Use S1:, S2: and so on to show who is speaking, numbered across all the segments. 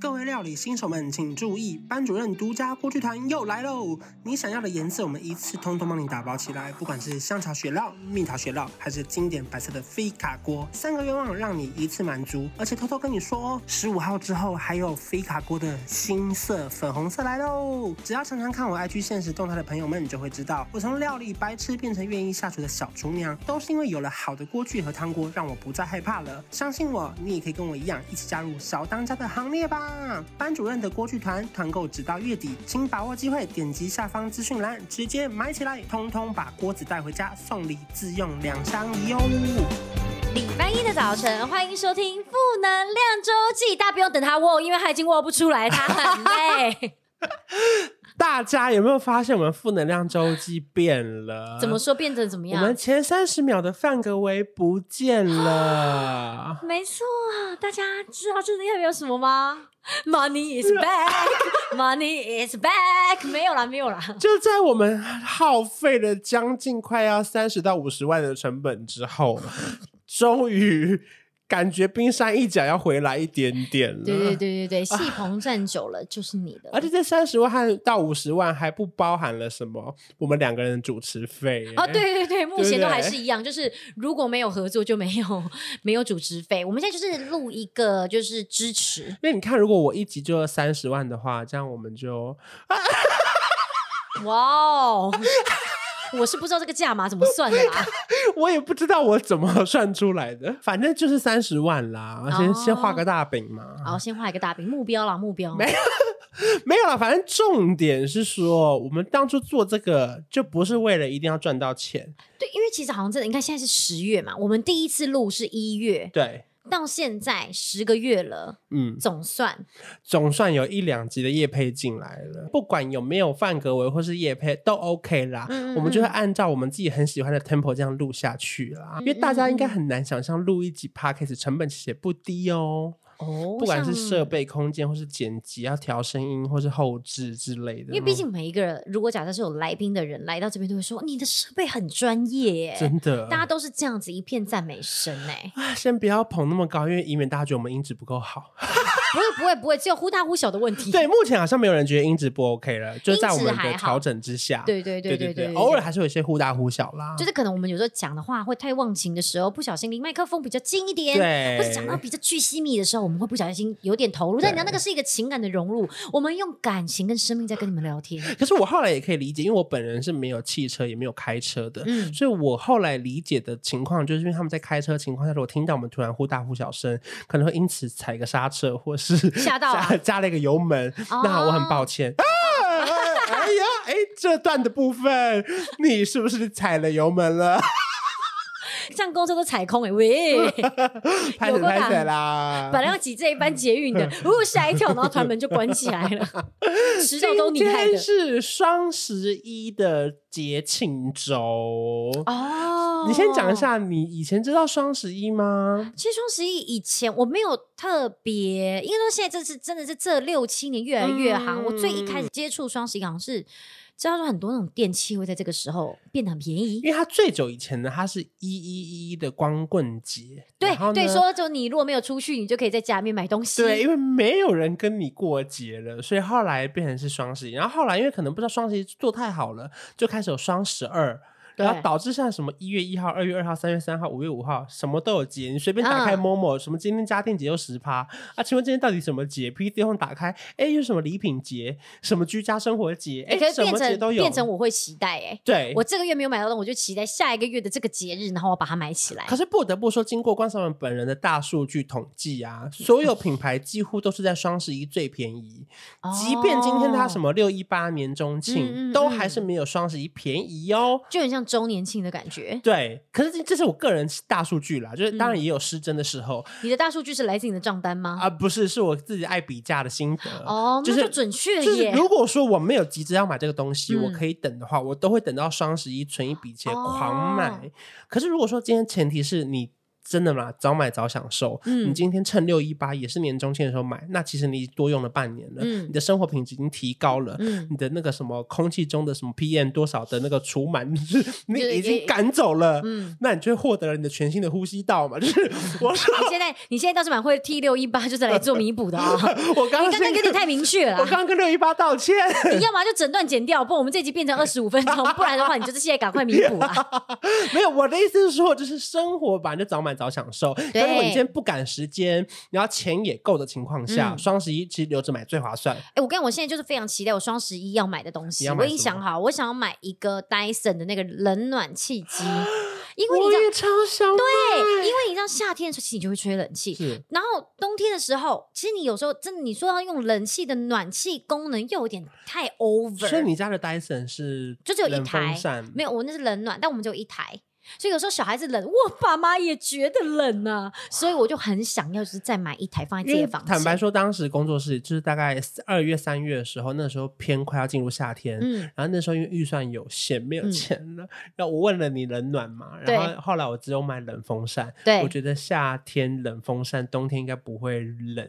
S1: 各位料理新手们请注意，班主任独家锅具团又来喽！你想要的颜色，我们一次通通帮你打包起来，不管是香草雪酪、蜜桃雪酪，还是经典白色的菲卡锅，三个愿望让你一次满足。而且偷偷跟你说哦，十五号之后还有菲卡锅的新色粉红色来喽！只要常常看我 IG 现实动态的朋友们，你就会知道，我从料理白痴变成愿意下厨的小厨娘，都是因为有了好的锅具和汤锅，让我不再害怕了。相信我，你也可以跟我一样，一起加入小当家的行列吧！班主任的锅具团团购直到月底，请把握机会，点击下方资讯栏直接买起来，通通把锅子带回家，送礼自用两相宜哦。
S2: 礼拜一的早晨，欢迎收听《负能量周记》。大家不用等他握，因为他已经握不出来，他很 累。
S1: 大家有没有发现我们负能量周记变了？
S2: 怎么说变得怎么
S1: 我
S2: 样？，
S1: 们前三十秒的范格维不见了
S2: 没错，啊大家知道这是代表什么吗？Money is back, money is back。没有啦，没有啦。
S1: 就在我们耗费了将近快要三十到五十万的成本之 后，终于感觉冰山一角要回来一点点了。
S2: 对对。对对对，戏棚站久了就是你的。
S1: 而且这三十万到五十万还不包含了什么我们两个人的主持费
S2: 哦，，对对对，目前
S1: 对
S2: 都还是一样，就是如果没有合作就没有没有主持费。我们现在就是录一个就是支持，
S1: 因为你看，如果我一集就三十万的话，这样我们就
S2: 哇哦！我是不知道这个价码怎么算的 啦。
S1: 我也不知道我怎么算出来的，反正就是三十万啦，先、
S2: 哦
S1: 先画个大饼嘛。
S2: 好，先画一个大饼，目标啦，目标。
S1: 没没有啦，反正重点是说，我们当初做这个就不是为了一定要赚到钱，
S2: 对，因为其实好像真的，你看现在是十月嘛，我们第一次录是一月，
S1: 对，
S2: 到现在十个月了，
S1: 嗯，
S2: 总算
S1: 总算有一两集的业配进来了，不管有没有范格维或是业配都 OK 啦，
S2: 嗯嗯
S1: 我们就会按照我们自己很喜欢的 tempo 这样录下去
S2: 嗯
S1: 啦，因为大家应该很难想象录一集 podcast 成本其实也不低哦。
S2: 哦，
S1: 不管是
S2: 像
S1: 设，备、空间，或是剪辑，要调声音，或是后置之类的。
S2: 因为毕竟每一个人，如果假设是有来宾的人来到这边，都会说你的设备很专业耶，
S1: 真的，，
S2: 大家都是这样子一片赞美声哎
S1: 啊先不要捧那么高，因为以免大家觉得我们音质不够好。
S2: 不会不会不会，只有忽大忽小的问题。
S1: 对，目啊前好像没有人觉得音质不 OK 了，就是在我们
S2: 音质还
S1: 的
S2: 好
S1: 调整之下。
S2: 对对对
S1: 对
S2: 对对，
S1: 偶尔还是有一些忽大忽小啦。
S2: 就是可能我们有时候讲的话会太忘情的时候，不小心离麦克风比较近一点，
S1: 对
S2: 或者讲到比较巨细密的时候，我们会不小心有点投入。
S1: 对
S2: 但你知道那个是一个情感的融入，我们用感情跟生命在跟你们聊天。
S1: 可是我后来也可以理解，因为我本人是没有汽车，也没有开车的，
S2: 嗯
S1: 所以我后来理解的情况，就是因为他们在开车的情况下，如果听到我们突然忽大忽小声，可能会因此踩个刹车，或是
S2: 吓到啊
S1: 加 加了一个油门，
S2: 哦
S1: 那我很抱歉。啊哎呀，哎，这段的部分，你是不是踩了油门了？
S2: 上公车都踩空哎、喂，
S1: 拍手
S2: 有过
S1: 拍
S2: 打
S1: 手啦！
S2: 本来要挤这一班捷运的，哦吓一跳，然后团门就关起来了，迟到都
S1: 今
S2: 你害的
S1: 天是双十一的节庆周，
S2: 哦。
S1: 你先讲一。下，你以前知道双十一吗？
S2: 其实双十一以前我没有特别，因为说现在这是真的是这六七年越来越行。
S1: 嗯
S2: 我最一开始接触双十一好像是知道说很多那种电器会在这个时候变得很便宜。
S1: 因为它最久以前呢，它是一一一的光棍节，
S2: 对
S1: 然后呢
S2: 对，说就你如果没有出去，你就可以在家里面买东西。
S1: 对，因为没有人跟你过节了，所以后来变成是双十一，然后后来因为可能不知道双十一做太好了，就开始有双十二。然后
S2: 对
S1: 导致像什么一月一号、二月二号、三月三号、五月五号，什么都有节。你随便打开
S2: 嗯
S1: Momo，、什么今天家电节又十趴啊？请问今天到底什么节？PC 用打开，哎，有什么礼品节？什么居家生活节？哎
S2: 欸，可是
S1: 什
S2: 变
S1: 么节
S2: 成
S1: 都有。
S2: 变成我会期待哎、
S1: 对，
S2: 我这个月没有买到东西，我就期待下一个月的这个节日，然后我把它买起来
S1: 可。是不得不说，经过关少文本人的大数据统计啊，所有品牌几乎都是在双十一最便宜，即便今天它什
S2: 么，
S1: 么六一八年中庆，
S2: 哦嗯嗯嗯
S1: 都还是没有双十一便宜哦。
S2: 就很像周年庆的感觉。
S1: 对，可是这这是我个人大数据啦，就是
S2: 嗯
S1: 当然也有失真的时候
S2: 你的大数据是来自你的账单
S1: 啊、
S2: 吗？
S1: 不是是我自己爱比价的心得
S2: 哦，
S1: 啊就是
S2: 那就准确
S1: 就是
S2: 耶。
S1: 如果说我没有急着要买这个东西，
S2: 嗯
S1: 我可以等的话，我都会等到双十一存一笔钱
S2: 哦
S1: 狂买。可是如果说今天前提是你真的啦，早买早享受。
S2: 嗯
S1: 你今天趁六一八也是年中庆的时候买，那其实你多用了半年了，
S2: 嗯
S1: 你的生活品质已经提高了。
S2: 嗯，
S1: 你的那个什么空气中的什么 PM 多少的那个除螨， 就是你
S2: 就是
S1: 已
S2: 也
S1: 经赶走了，
S2: 嗯
S1: 那你就获得了你的全新的呼吸道嘛。就是我说
S2: 你现在你现在倒是蛮会 T 六一八，就是来做弥补的 啊、
S1: 我刚
S2: 你
S1: 刚
S2: 刚刚
S1: 先
S2: 有
S1: 跟
S2: 点太明确了
S1: 我刚
S2: 啊，
S1: 刚跟六一八道歉，
S2: 你要么就整段剪掉，不然我们这集变成二十五分钟，不然的话你就是现在赶快弥补啊。
S1: 没有我的意思是说，就是生活吧，你就早买早享受。
S2: 对
S1: 但如果你今天不赶时间，然后钱也够的情况下，
S2: 嗯
S1: 双十一其实留着买最划算。
S2: 哎、我跟你讲我现在就是非常期待我双十一要买的东
S1: 你
S2: 西，
S1: 要买
S2: 我已经
S1: 什
S2: 想
S1: 么
S2: 好，我想要买一个 Dyson 的那个冷暖气 机，因为你
S1: 我
S2: 知道哎
S1: 也超想买，
S2: 对，因为你知道夏天的时候，其实你就会吹冷气。
S1: 是
S2: 然后冬天的时候，其实你有时候真的，你说要用冷气的暖气功能，又有点太
S1: 所以
S2: over。
S1: 你家的 Dyson 是
S2: 就只有一
S1: 冷
S2: 台
S1: 风扇，
S2: 没有，我那是冷暖，但我们只有一台，所以有时候小孩子冷，我爸妈也觉得冷呐、所以我就很想要，就是再买一台放在
S1: 因
S2: 自己
S1: 为
S2: 的房间。
S1: 坦白，说，当时工作室就是大概二月、三月的时候，那时候偏快要进入夏天，
S2: 嗯，
S1: 然后那时候因为预算有限，没有
S2: 嗯
S1: 钱了。然后我问了你冷暖嘛，
S2: 对
S1: 然后后来我只有买冷风扇。
S2: 对
S1: 我觉得夏天冷风扇，冬天应该不会冷。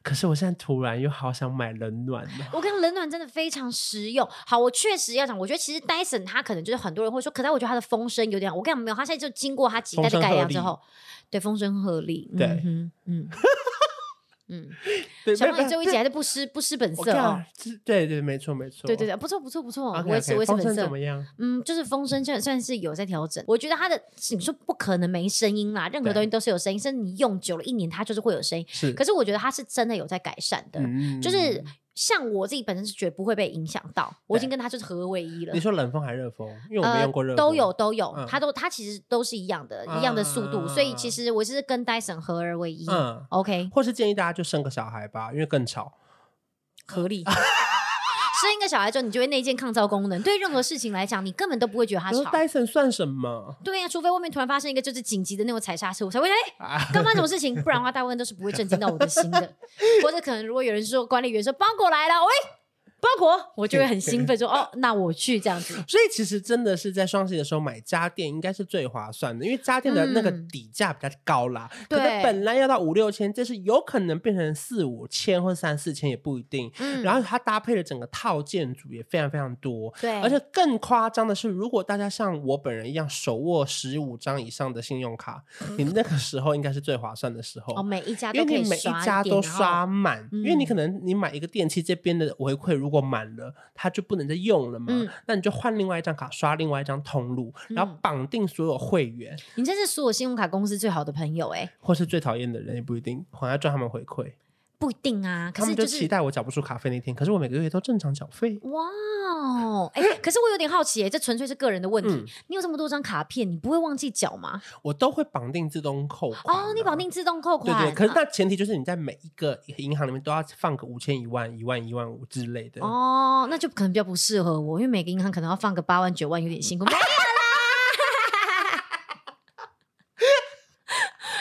S1: 可是我现在突然又好想买冷暖了。
S2: 我跟你讲冷暖真的非常实用。好，我确实要讲，我觉得其实 Dyson 它可能就是很多人会说，可是我觉得它的风声有点，我跟你讲没有，它现在就经过它几代的改良之后，对风声鹤唳，
S1: 对
S2: 嗯哼嗯嗯，
S1: 对，
S2: 小
S1: 没有
S2: 胖你最后一集还
S1: 没有
S2: 是不失不失本
S1: 我
S2: 色
S1: 跟你
S2: 哦
S1: 讲。这对对，没错没错。
S2: 对对对，不错不错不错，
S1: OK，OK，
S2: 维持维持
S1: 风
S2: 本
S1: 扇
S2: 色
S1: 怎么。样？
S2: 嗯，就是风声算算是有在调整，我觉得它的你说不可能没声音啦，任何
S1: 对
S2: 东西都是有声音，甚至你用久了一年它就是会有声音。
S1: 是，
S2: 可是我觉得它是真的有在改善的，
S1: 嗯
S2: 就是像我自己本身是觉得不会被影响到，我已经
S1: 对
S2: 跟它就是合而为一了
S1: 嗯你。说冷风还是热风？因为我没用过热风，
S2: 呃都有都有
S1: 嗯，
S2: 它都它其实都是一样的，一样的速度，所以其实我是跟 Dyson 合而为一。
S1: 嗯。
S2: OK，
S1: 或是建议大家就生个小孩吧，因为更吵。
S2: 合 理。生一个小孩之后，你就会内建抗噪功能，对任何事情来讲，你根本都不会觉得它
S1: 然后
S2: 吵。
S1: Dyson 算什么？
S2: 对呀、啊除非外面突然发生一个就是紧急的那种踩刹车，我才会哎，
S1: 啊，
S2: 刚发生什么事情？不然的话，大部分都是不会震惊到我的心的。或者可能如果有人说管理员说包裹来了，喂，包裹，我就会很兴奋说哦，那我去这样子。
S1: 所以其实真的是在双十一的时候买家电应该是最划算的，因为家电的那个
S2: 嗯
S1: 底价比较高啦，可
S2: 对
S1: 能本来要到五六千，这是有可能变成四五千或三四千也不一定。
S2: 嗯，
S1: 然后它搭配的整个套件组也非常非常多。
S2: 对，
S1: 而且更夸张的是，如果大家像我本人一样手握十五张以上的信用 卡，你那个时候应该是最划算的时候。
S2: 哦，每一家
S1: 因
S2: 都可
S1: 为
S2: 以
S1: 你每
S2: 刷
S1: 一家
S2: 点
S1: 都
S2: 然后
S1: 刷满，
S2: 嗯
S1: 因为你可能你买一个电器这边的回馈如果满了，它就不能再用了嘛，
S2: 嗯
S1: 那你就换另外一张卡刷另外一张通路，然后绑定所有会员，
S2: 你真是所有信用卡公司最好的朋友哎、
S1: 或是最讨厌的人也不一定，好像赚他们回馈，
S2: 不一定啊。可
S1: 他
S2: 是
S1: 们就是期待我缴不出卡费那天，可是我每个月都正常缴费。
S2: 哇哦，哎、可是我有点好奇哎、这纯粹是个人的问题。
S1: 嗯
S2: 你有这么多张卡片，你不会忘记缴吗？
S1: 我都会绑定自动扣款、
S2: 哦，你绑。定自动扣
S1: 对
S2: 款啊、
S1: 对，可是那前提就是你在每一个银行里面都要放个五千、一万、一万、一万五之类的。
S2: 哦，那就可能比较不适合我，因为每个银行可能要放个八万九万，有点辛苦。没有啦，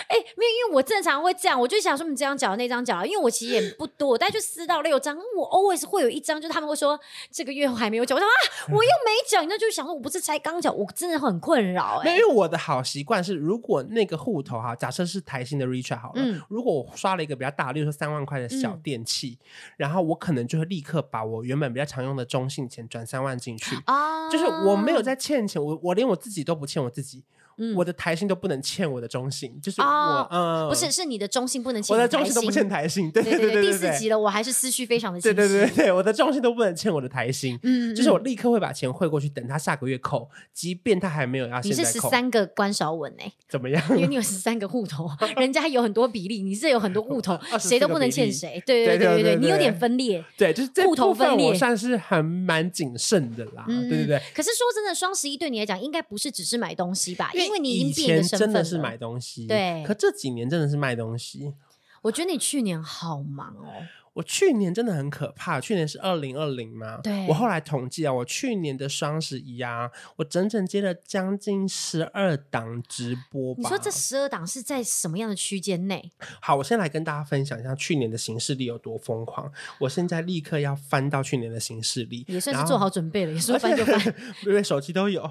S2: 哎、没有，因为我正常会这样，我就想说你这张缴那张缴，因为我其实也不多，我大概就四到六张，我 always 会有一张，就是他们会说这个月我还没有缴，我 想啊，我又没缴，你知道就想说我不是才刚缴，我真的很困扰
S1: 没有，
S2: 哎、
S1: 因为我的好习惯是，如果那个户头哈，假设是台新的 Richard 好了，
S2: 嗯
S1: 如果我刷了一个比较大，例如说三万块的小
S2: 嗯
S1: 电器，然后我可能就会立刻把我原本比较常用的中性钱转三万进去。
S2: 啊
S1: 就是我没有在欠钱，我我连我自己都不欠我自己，
S2: 嗯
S1: 我的台信都不能欠我的中信，就是我、
S2: 哦
S1: 嗯，
S2: 不是，是你的中性不能欠
S1: 我的
S2: 你
S1: 中
S2: 台
S1: 信都不
S2: 新
S1: 欠台信，对
S2: 对
S1: 对对
S2: 第
S1: 对
S2: 四集了，我还是思绪非常的清
S1: 对
S2: 晰，
S1: 对对对，我的重心都不能欠我的台薪，
S2: 嗯，嗯，
S1: 就是我
S2: 嗯
S1: 立刻会把钱汇过去，等他下个月扣，即便他还没有要
S2: 你
S1: 啊现
S2: 是
S1: 在
S2: 十
S1: 扣，
S2: 三个关少文哎、
S1: 怎么样？，
S2: 因为你有十三个户头，人家有很多比例，你是有很多户头
S1: 24
S2: 谁都不能欠谁。对对
S1: 对对
S2: 对
S1: 对
S2: 对，你有
S1: 对
S2: 点分裂。
S1: 对，就是这
S2: 户头
S1: 部分
S2: 分裂
S1: 我算是还蛮谨慎的啦，
S2: 嗯，
S1: 对对对
S2: 嗯。。可是说真的，双十一对你来讲，应该不是只是买东西吧？因为你已
S1: 以
S2: 经变一
S1: 前
S2: 个身
S1: 真的
S2: 份
S1: 是
S2: 了
S1: 买东西，
S2: 对
S1: 可这几年真的是卖东西，
S2: 我我觉得你去年好忙哦，
S1: 我去年真的很可怕，去年是二零二零嘛，
S2: 对
S1: 我后来统计啊，我去年的双十一啊，我整整接了将近十二档直播吧。
S2: 你说这十二档是在什么样的区间内？
S1: 好，我先来跟大家分享一下去年的行事历有多疯狂。我现在立刻要翻到去年的行事历，
S2: 也算
S1: 然
S2: 是
S1: 后
S2: 做好准备了， 也说翻就翻。，
S1: 因为手机都有。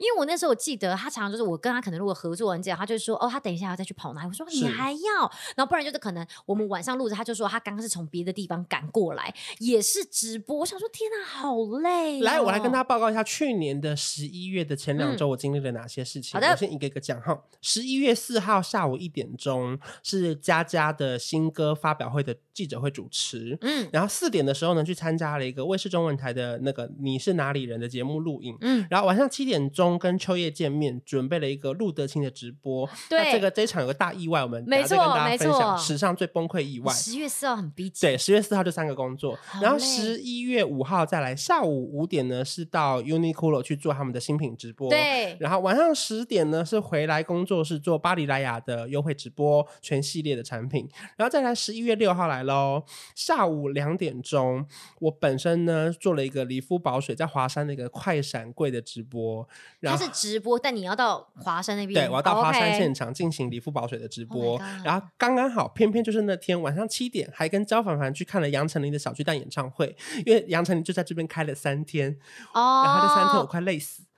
S2: 因为我那时候我记得他常常就是我跟他可能如果合作完这样，他就说哦，他等一下要再去跑哪里，我说
S1: 是
S2: 你还要，然后不然就是可能我们晚上录着，他就说他刚刚是从别的地方赶过来，也是直播，我想说天哪，好累哦、嗯
S1: 来，我来跟大家报告一下去年的十一月的前两周我经历了哪些事情。
S2: 好的
S1: 我先一个一个讲哈。十一月四号下午一点钟是佳佳的新歌发表会的记者会主持。
S2: 嗯
S1: 然后四点的时候呢，去参加了一个卫视中文台的那个《你是哪里人》的节目录影，
S2: 嗯，
S1: 然后晚上七点钟跟秋叶见面，准备了一个陆德清的直播。
S2: 对
S1: 那这个这一场有个大意外，我们
S2: 没
S1: 等下再跟
S2: 错
S1: 大家
S2: 没
S1: 分享
S2: 错
S1: 史上最崩溃意外。
S2: 十月四号很逼紧，
S1: 对，十月四号就三个工作，
S2: 好
S1: 然后
S2: 累
S1: 十一月五号再来，下午五点呢是到 Uniqlo 去做他们的新品直播，。
S2: 对
S1: 然后晚上十点呢是回来工作室做巴黎莱雅的优惠直播全系列的产品，然后再来十一月六号来喽，下午两点钟，我本身呢做了一个理肤宝水在华山的一个快闪柜的直播，然
S2: 他
S1: 后
S2: 是直播，但你要到华山那边，
S1: 对，我要到华山
S2: OK
S1: 现场进行李富宝水的直
S2: Oh my
S1: 播，
S2: God
S1: 然后刚刚好，偏偏就是那天晚上七点，还跟焦凡凡去看了杨丞琳的小巨蛋演唱会，因为杨丞琳就在这边开了三天，
S2: 哦，
S1: 然后这三天我快累死。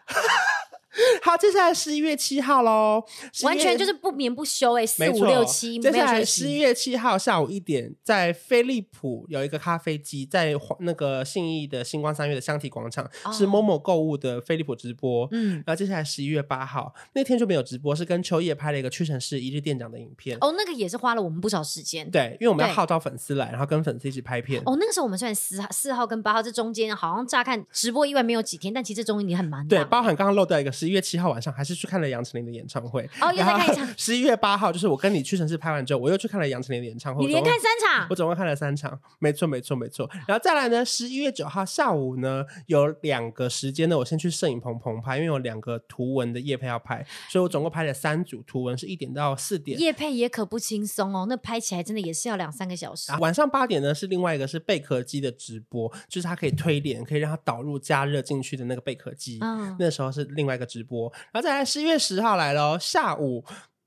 S1: 好，接下来十一月七号喽，11
S2: 完全
S1: 月
S2: 就是不眠不休哎、四
S1: 没
S2: 五
S1: 错
S2: 六七
S1: 接
S2: 没有
S1: 下来
S2: 休
S1: 十一
S2: 息。
S1: 月七号下午一点，在飞利浦有一个咖啡机，在华那个信义的星光三月的香体广场，是
S2: 哦
S1: 某某购物的飞利浦直播。
S2: 嗯，
S1: 然后接下来十一月八号那天就没有直播，是跟秋叶拍了一个屈臣氏一日店长的影片。
S2: 哦，那个也是花了我们不少时间。
S1: 对，因为我们要
S2: 对
S1: 号召粉丝来，然后跟粉丝一起拍片。
S2: 哦，那个时候我们虽然四号、四号跟八号这中间好像乍看直播意外没有几天，但其实这中间你很忙的啊
S1: 对，包含刚刚漏掉一个，十一月七号晚上还是去看了杨丞琳的演唱会。
S2: 哦又再看一场。
S1: 十一月八号就是我跟你去城市拍完之后，我又去看了杨丞琳的演唱会。
S2: 你
S1: 我
S2: 连
S1: 总
S2: 看
S1: 共
S2: 三场
S1: 我，总共看了三场，没错，没错，没错。然后再来呢，十一月九号下午呢，有两个时间呢，我先去摄影棚棚拍，因为有两个图文的夜配要拍，所以我总共拍了三组图文，是一点到四点。
S2: 叶配也可不轻松哦，那拍起来真的也是要两三个小时
S1: 然。后啊晚上八点呢是另外一个是贝壳机的直播，就是它可以推脸，可以让它导入加热进去的那个贝壳机。
S2: 嗯，
S1: 那时候是另外一个直播，然后再来十一月十号来喽，下午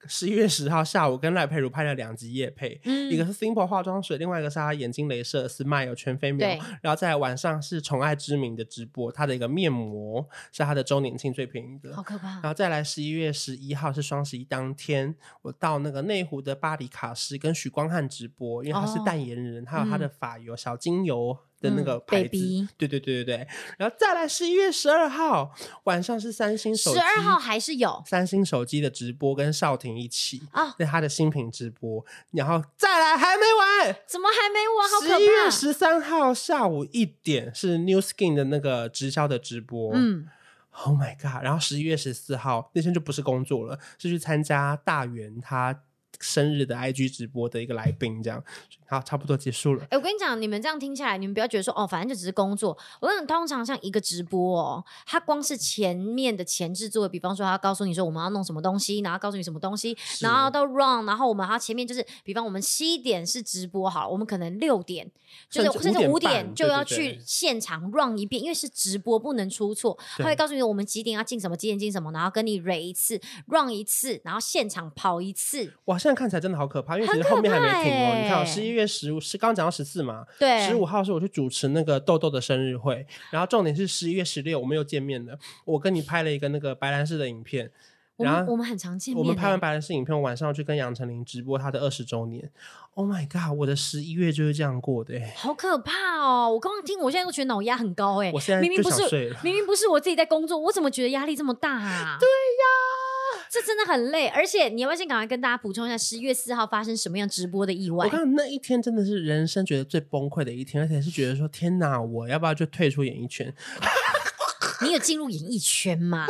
S1: 十一月十号下午跟赖佩如拍了两集夜配，
S2: 嗯
S1: 一个是 Simple 化妆水，另外一个是她眼睛镭射 Smile 全飞秒
S2: 对，
S1: 然后再来晚上是宠爱之名的直播，它的一个面膜是它的周年庆最便宜的
S2: 好，可怕
S1: 然。后再来十一月十一号是双十一当天，我到那个内湖的巴黎卡诗跟许光汉直播，因为他是
S2: 哦
S1: 代言人，还有他的
S2: 嗯
S1: 发油、小精油的那
S2: 嗯
S1: 个牌子。
S2: ，baby
S1: 对对对对对。然后再来十一月十二号晚上是三星手机，
S2: 十二号还是有
S1: 三星手机的直播跟少婷一起。
S2: 啊？
S1: 那他的新品直播，然后再来还没完，
S2: 怎么还没完？好
S1: 十一月
S2: 可
S1: 十三号下午一点是 New Skin 的那个直销的直播，
S2: 怕。嗯，
S1: Oh my god！然后十一月十四号那天就不是工作了，是去参加大元他生日的 IG 直播的一个来宾，这样好，差不多结束了。
S2: 哎，我跟你讲，你们这样听下来，你们不要觉得说哦，反正就只是工作。我跟你讲，通常像一个直播哦，它光是前面的前置作业，比方说他告诉你说我们要弄什么东西，然后告诉你什么东西，然后到 run，然后我们还要前面就是，比方我们七点是直播好了，我们可能六点就是
S1: 甚至
S2: 甚至
S1: 5
S2: 五
S1: 点
S2: 点
S1: 半
S2: 就
S1: 对
S2: 要
S1: 对
S2: 去
S1: 对
S2: 现场 run 一遍，因为是直播不能出错，他会
S1: 对
S2: 告诉你我们几点要进什么，几点进什么，然后跟你 r 一次，run 一次，然后现场跑一次，
S1: 哇，现在看起来真的好可怕，因为其
S2: 很
S1: 实后面还没
S2: 可怕
S1: 停哦。你看、哦，
S2: 欸
S1: 十一月十五是刚刚讲到十四嘛，
S2: 对，
S1: 十五号是我去主持那个豆豆的生日会，然后重点是十一月十六我们又见面了，我跟你拍了一个那个白兰氏的影片，
S2: 我
S1: 然
S2: 们
S1: 后
S2: 我们很常见
S1: 我
S2: 面欸，
S1: 们拍完白兰氏影片，我晚上去跟杨丞琳直播她的二十周年。Oh my god！我的十一月就是这样过的、欸。
S2: 好可怕哦！我刚刚听，我现在都觉得脑压很高哎、
S1: 我现在
S2: 明明
S1: 就
S2: 不
S1: 想睡
S2: 是
S1: 了
S2: 明明不是我自己在工作，我怎么觉得压力这么大啊？对呀、这真的很累。而且你要不要先赶快跟大家补充一下，十月四号发生什么样直播的意外
S1: 我？看那一天真的是人生觉得最崩溃的一天，而且是觉得说天哪，我要不要就退出演艺圈？
S2: 你有进入演艺圈吗？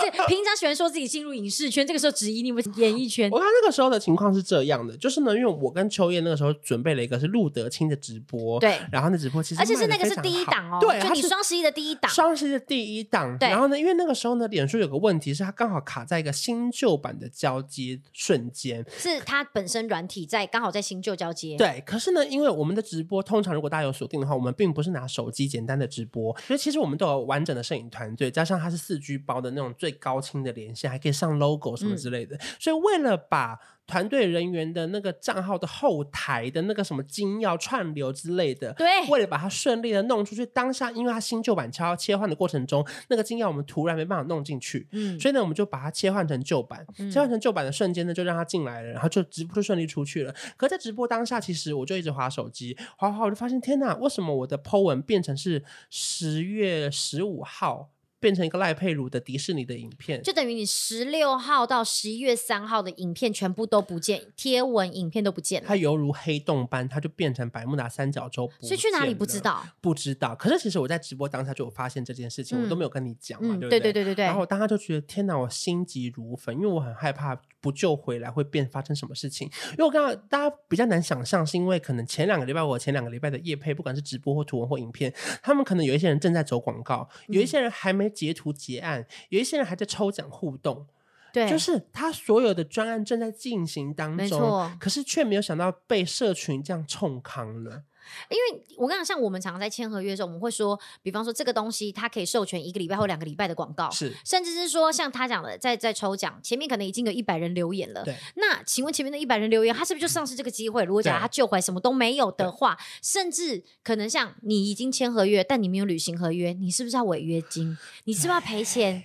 S2: 这平常喜欢说自己进入影视圈，这个时候质疑你们演艺圈
S1: 我。看那个时候的情况是这样的，就是呢，因为我跟秋叶那个时候准备了一个是路德清的直播，
S2: 对
S1: 然后那直播其实
S2: 而且是那个
S1: 卖得
S2: 是
S1: 非常
S2: 第一
S1: 好
S2: 档哦，
S1: 对，
S2: 就
S1: 它
S2: 你
S1: 是
S2: 双十一的第一档，
S1: 双十一的第一档，
S2: 对
S1: 然后呢，因为那个时候呢，脸书有个问题是它刚好卡在一个新旧版的交接瞬间，
S2: 是它本身软体在刚好在新旧交接。
S1: 对。可是呢，因为我们的直播通常如果大家有锁定的话，我们并不是拿手机简单的直播，所以其实我们都有完整的摄影团队，加上它是四 G 包的那种最高清的连线，还可以上 logo 什么之类的，所以为了把团队人员的那个账号的后台的那个什么金钥串流之类的，
S2: 对
S1: 为了把它顺利的弄出去，当下因为它新旧版敲切换的过程中，那个金钥我们突然没办法弄进去，
S2: 嗯，
S1: 所以呢，我们就把它切换成旧版，
S2: 嗯
S1: 切换成旧版的瞬间呢，就让它进来了，然后就直播就顺利出去了。可在直播当下，其实我就一直划手机，划划我就发现，天哪，为什么我的 Po 文变成是十月十五号变成一个赖佩如的迪士尼的影片？
S2: 就等于你十六号到十一月三号的影片全部都不见，贴文影片都不见了
S1: 它，犹如黑洞般，它就变成百慕达三角洲，
S2: 所以去哪里不知？道？
S1: 不知道。可是其实我在直播当下就有发现这件事情，
S2: 嗯
S1: 我都没有跟你讲嘛，
S2: 嗯，
S1: 对不
S2: 对对对对对。
S1: 然后我当他就觉得天哪，我心急如焚，因为我很害怕不救回来会变发生什么事情。因为我刚刚大家比较难想象，是因为可能前两个礼拜我前两个礼拜的夜配，不管是直播或图文或影片，他们可能有一些人正在走广告，有一
S2: 嗯
S1: 些人还没截图结案，有一些人还在抽奖互动，
S2: 对，
S1: 就是他所有的专案正在进行当
S2: 没
S1: 中
S2: 错，
S1: 可是却没有想到被社群这样冲康了。
S2: 因为我跟你讲，像我们常常在签合约的时候，我们会说，比方说这个东西它可以授权一个礼拜或两个礼拜的广告，
S1: 是
S2: 甚至是说像他讲的，在在抽奖前面可能已经有一百人留言了，
S1: 对，
S2: 那请问前面的一百人留言，他是不是就丧失这个机会？如果假如
S1: 对
S2: 他救回来什么都没有的话，甚至可能像你已经签合约，但你没有履行合约，你是不是要违约金？你是不是要赔钱？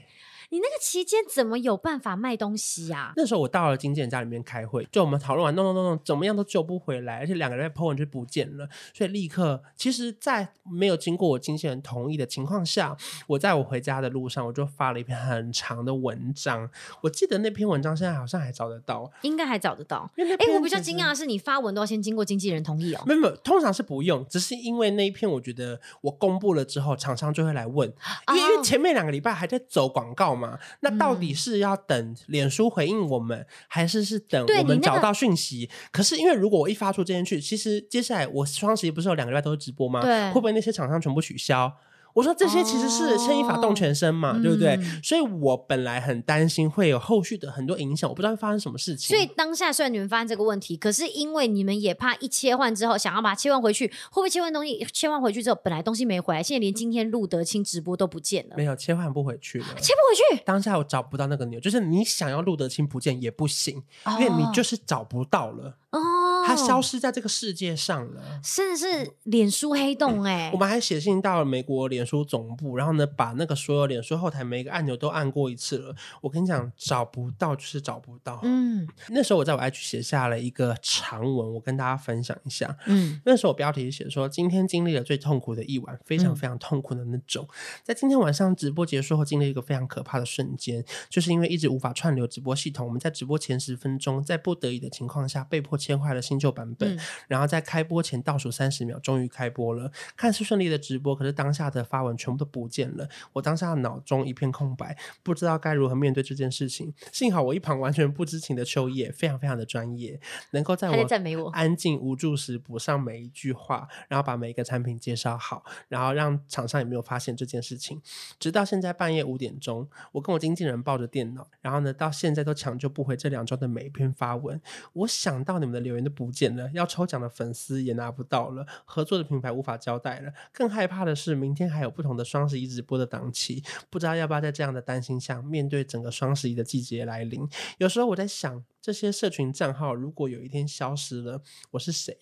S2: 你那个期间怎么有办法卖东西啊呀、
S1: 那时候我到了经纪人家里面开会，就我们讨论完，弄弄弄弄，怎么样都救不回来，而且两个人的 po 文就不见了，所以立刻，其实，在没有经过我经纪人同意的情况下，我在我回家的路上，我就发了一篇很长的文章，我记得那篇文章现在好像还找得到，
S2: 应该还找得到。
S1: 因为那
S2: 哎、
S1: 篇
S2: 我比较
S1: 其实
S2: 惊讶的是，你发文都要先经过经纪人同意哦。
S1: 没有没有，通常是不用，只是因为那一篇我觉得我公布了之后，厂商就会来问，因为、因为
S2: 哦
S1: 前面两个礼拜还在走广告嘛，那
S2: 嗯
S1: 到底是要等脸书回应我们，还是是等
S2: 对
S1: 我们
S2: 你那个
S1: 找到讯息？可是因为如果我一发出这件去，其实接下来我双十一不是有两个礼拜都是直播吗？
S2: 对
S1: 会不会那些厂商全部取消？我说这些其实是牵一发动全身嘛，
S2: 哦
S1: 对不对？
S2: 嗯
S1: 所以我本来很担心会有后续的很多影响，我不知道会发生什么事情。
S2: 所以当下虽然你们发现这个问题，可是因为你们也怕一切换之后想要把它切换回去，会不会切换东西？切换回去之后，本来东西没回来，现在连今天路德清直播都不见了，
S1: 没有切换不回去了。
S2: 切不回去，
S1: 当下我找不到那个钮，就是你想要录得清不见也不行，因为你就是找不到了，
S2: 哦，
S1: 它消失在这个世界上了。
S2: 甚至是脸书黑洞哎、
S1: 嗯我们还写信到了美国脸书总部，然后呢，把那个所有脸书后台每一个按钮都按过一次了。我跟你讲，找不到就是找不到。
S2: 嗯
S1: 那时候我在我 IG 写下了一个长文，我跟大家分享一下。
S2: 嗯，
S1: 那时候我标题写说，今天经历了最痛苦的一晚，非常
S2: 嗯
S1: 非常痛苦的那种。在今天晚上直播结束后，经历一个非常可怕的瞬间，就是因为一直无法串流直播系统，我们在直播前十分钟，在不得已的情况下，被迫切换了新旧版本，
S2: 嗯
S1: 然后在开播前倒数三十秒，终于开播了，看似顺利的直播，可是当下的发文全部都不见了，我当下的脑中一片空白，不知道该如何面对这件事情。幸好我一旁完全不知情的秋叶，非常非常的专业，能够在
S2: 他在
S1: 我
S2: 赞美我
S1: 安静无助时补上每一句话，然后把每一个产品介绍好，然后让厂商也没有发现这件事情。直到现在半夜五点钟，我跟我经纪人抱着电脑，然后呢，到现在都抢救不回这两周的每一篇发文。我想到你们的留言都不见了，要抽奖的粉丝也拿不到了，合作的品牌无法交代了。更害怕的是，明天还有不同的双十一直播的档期，不知道要不要在这样的担心下面对整个双十一的季节来临。有时候我在想，这些社群账号如果有一天消失了，我是谁？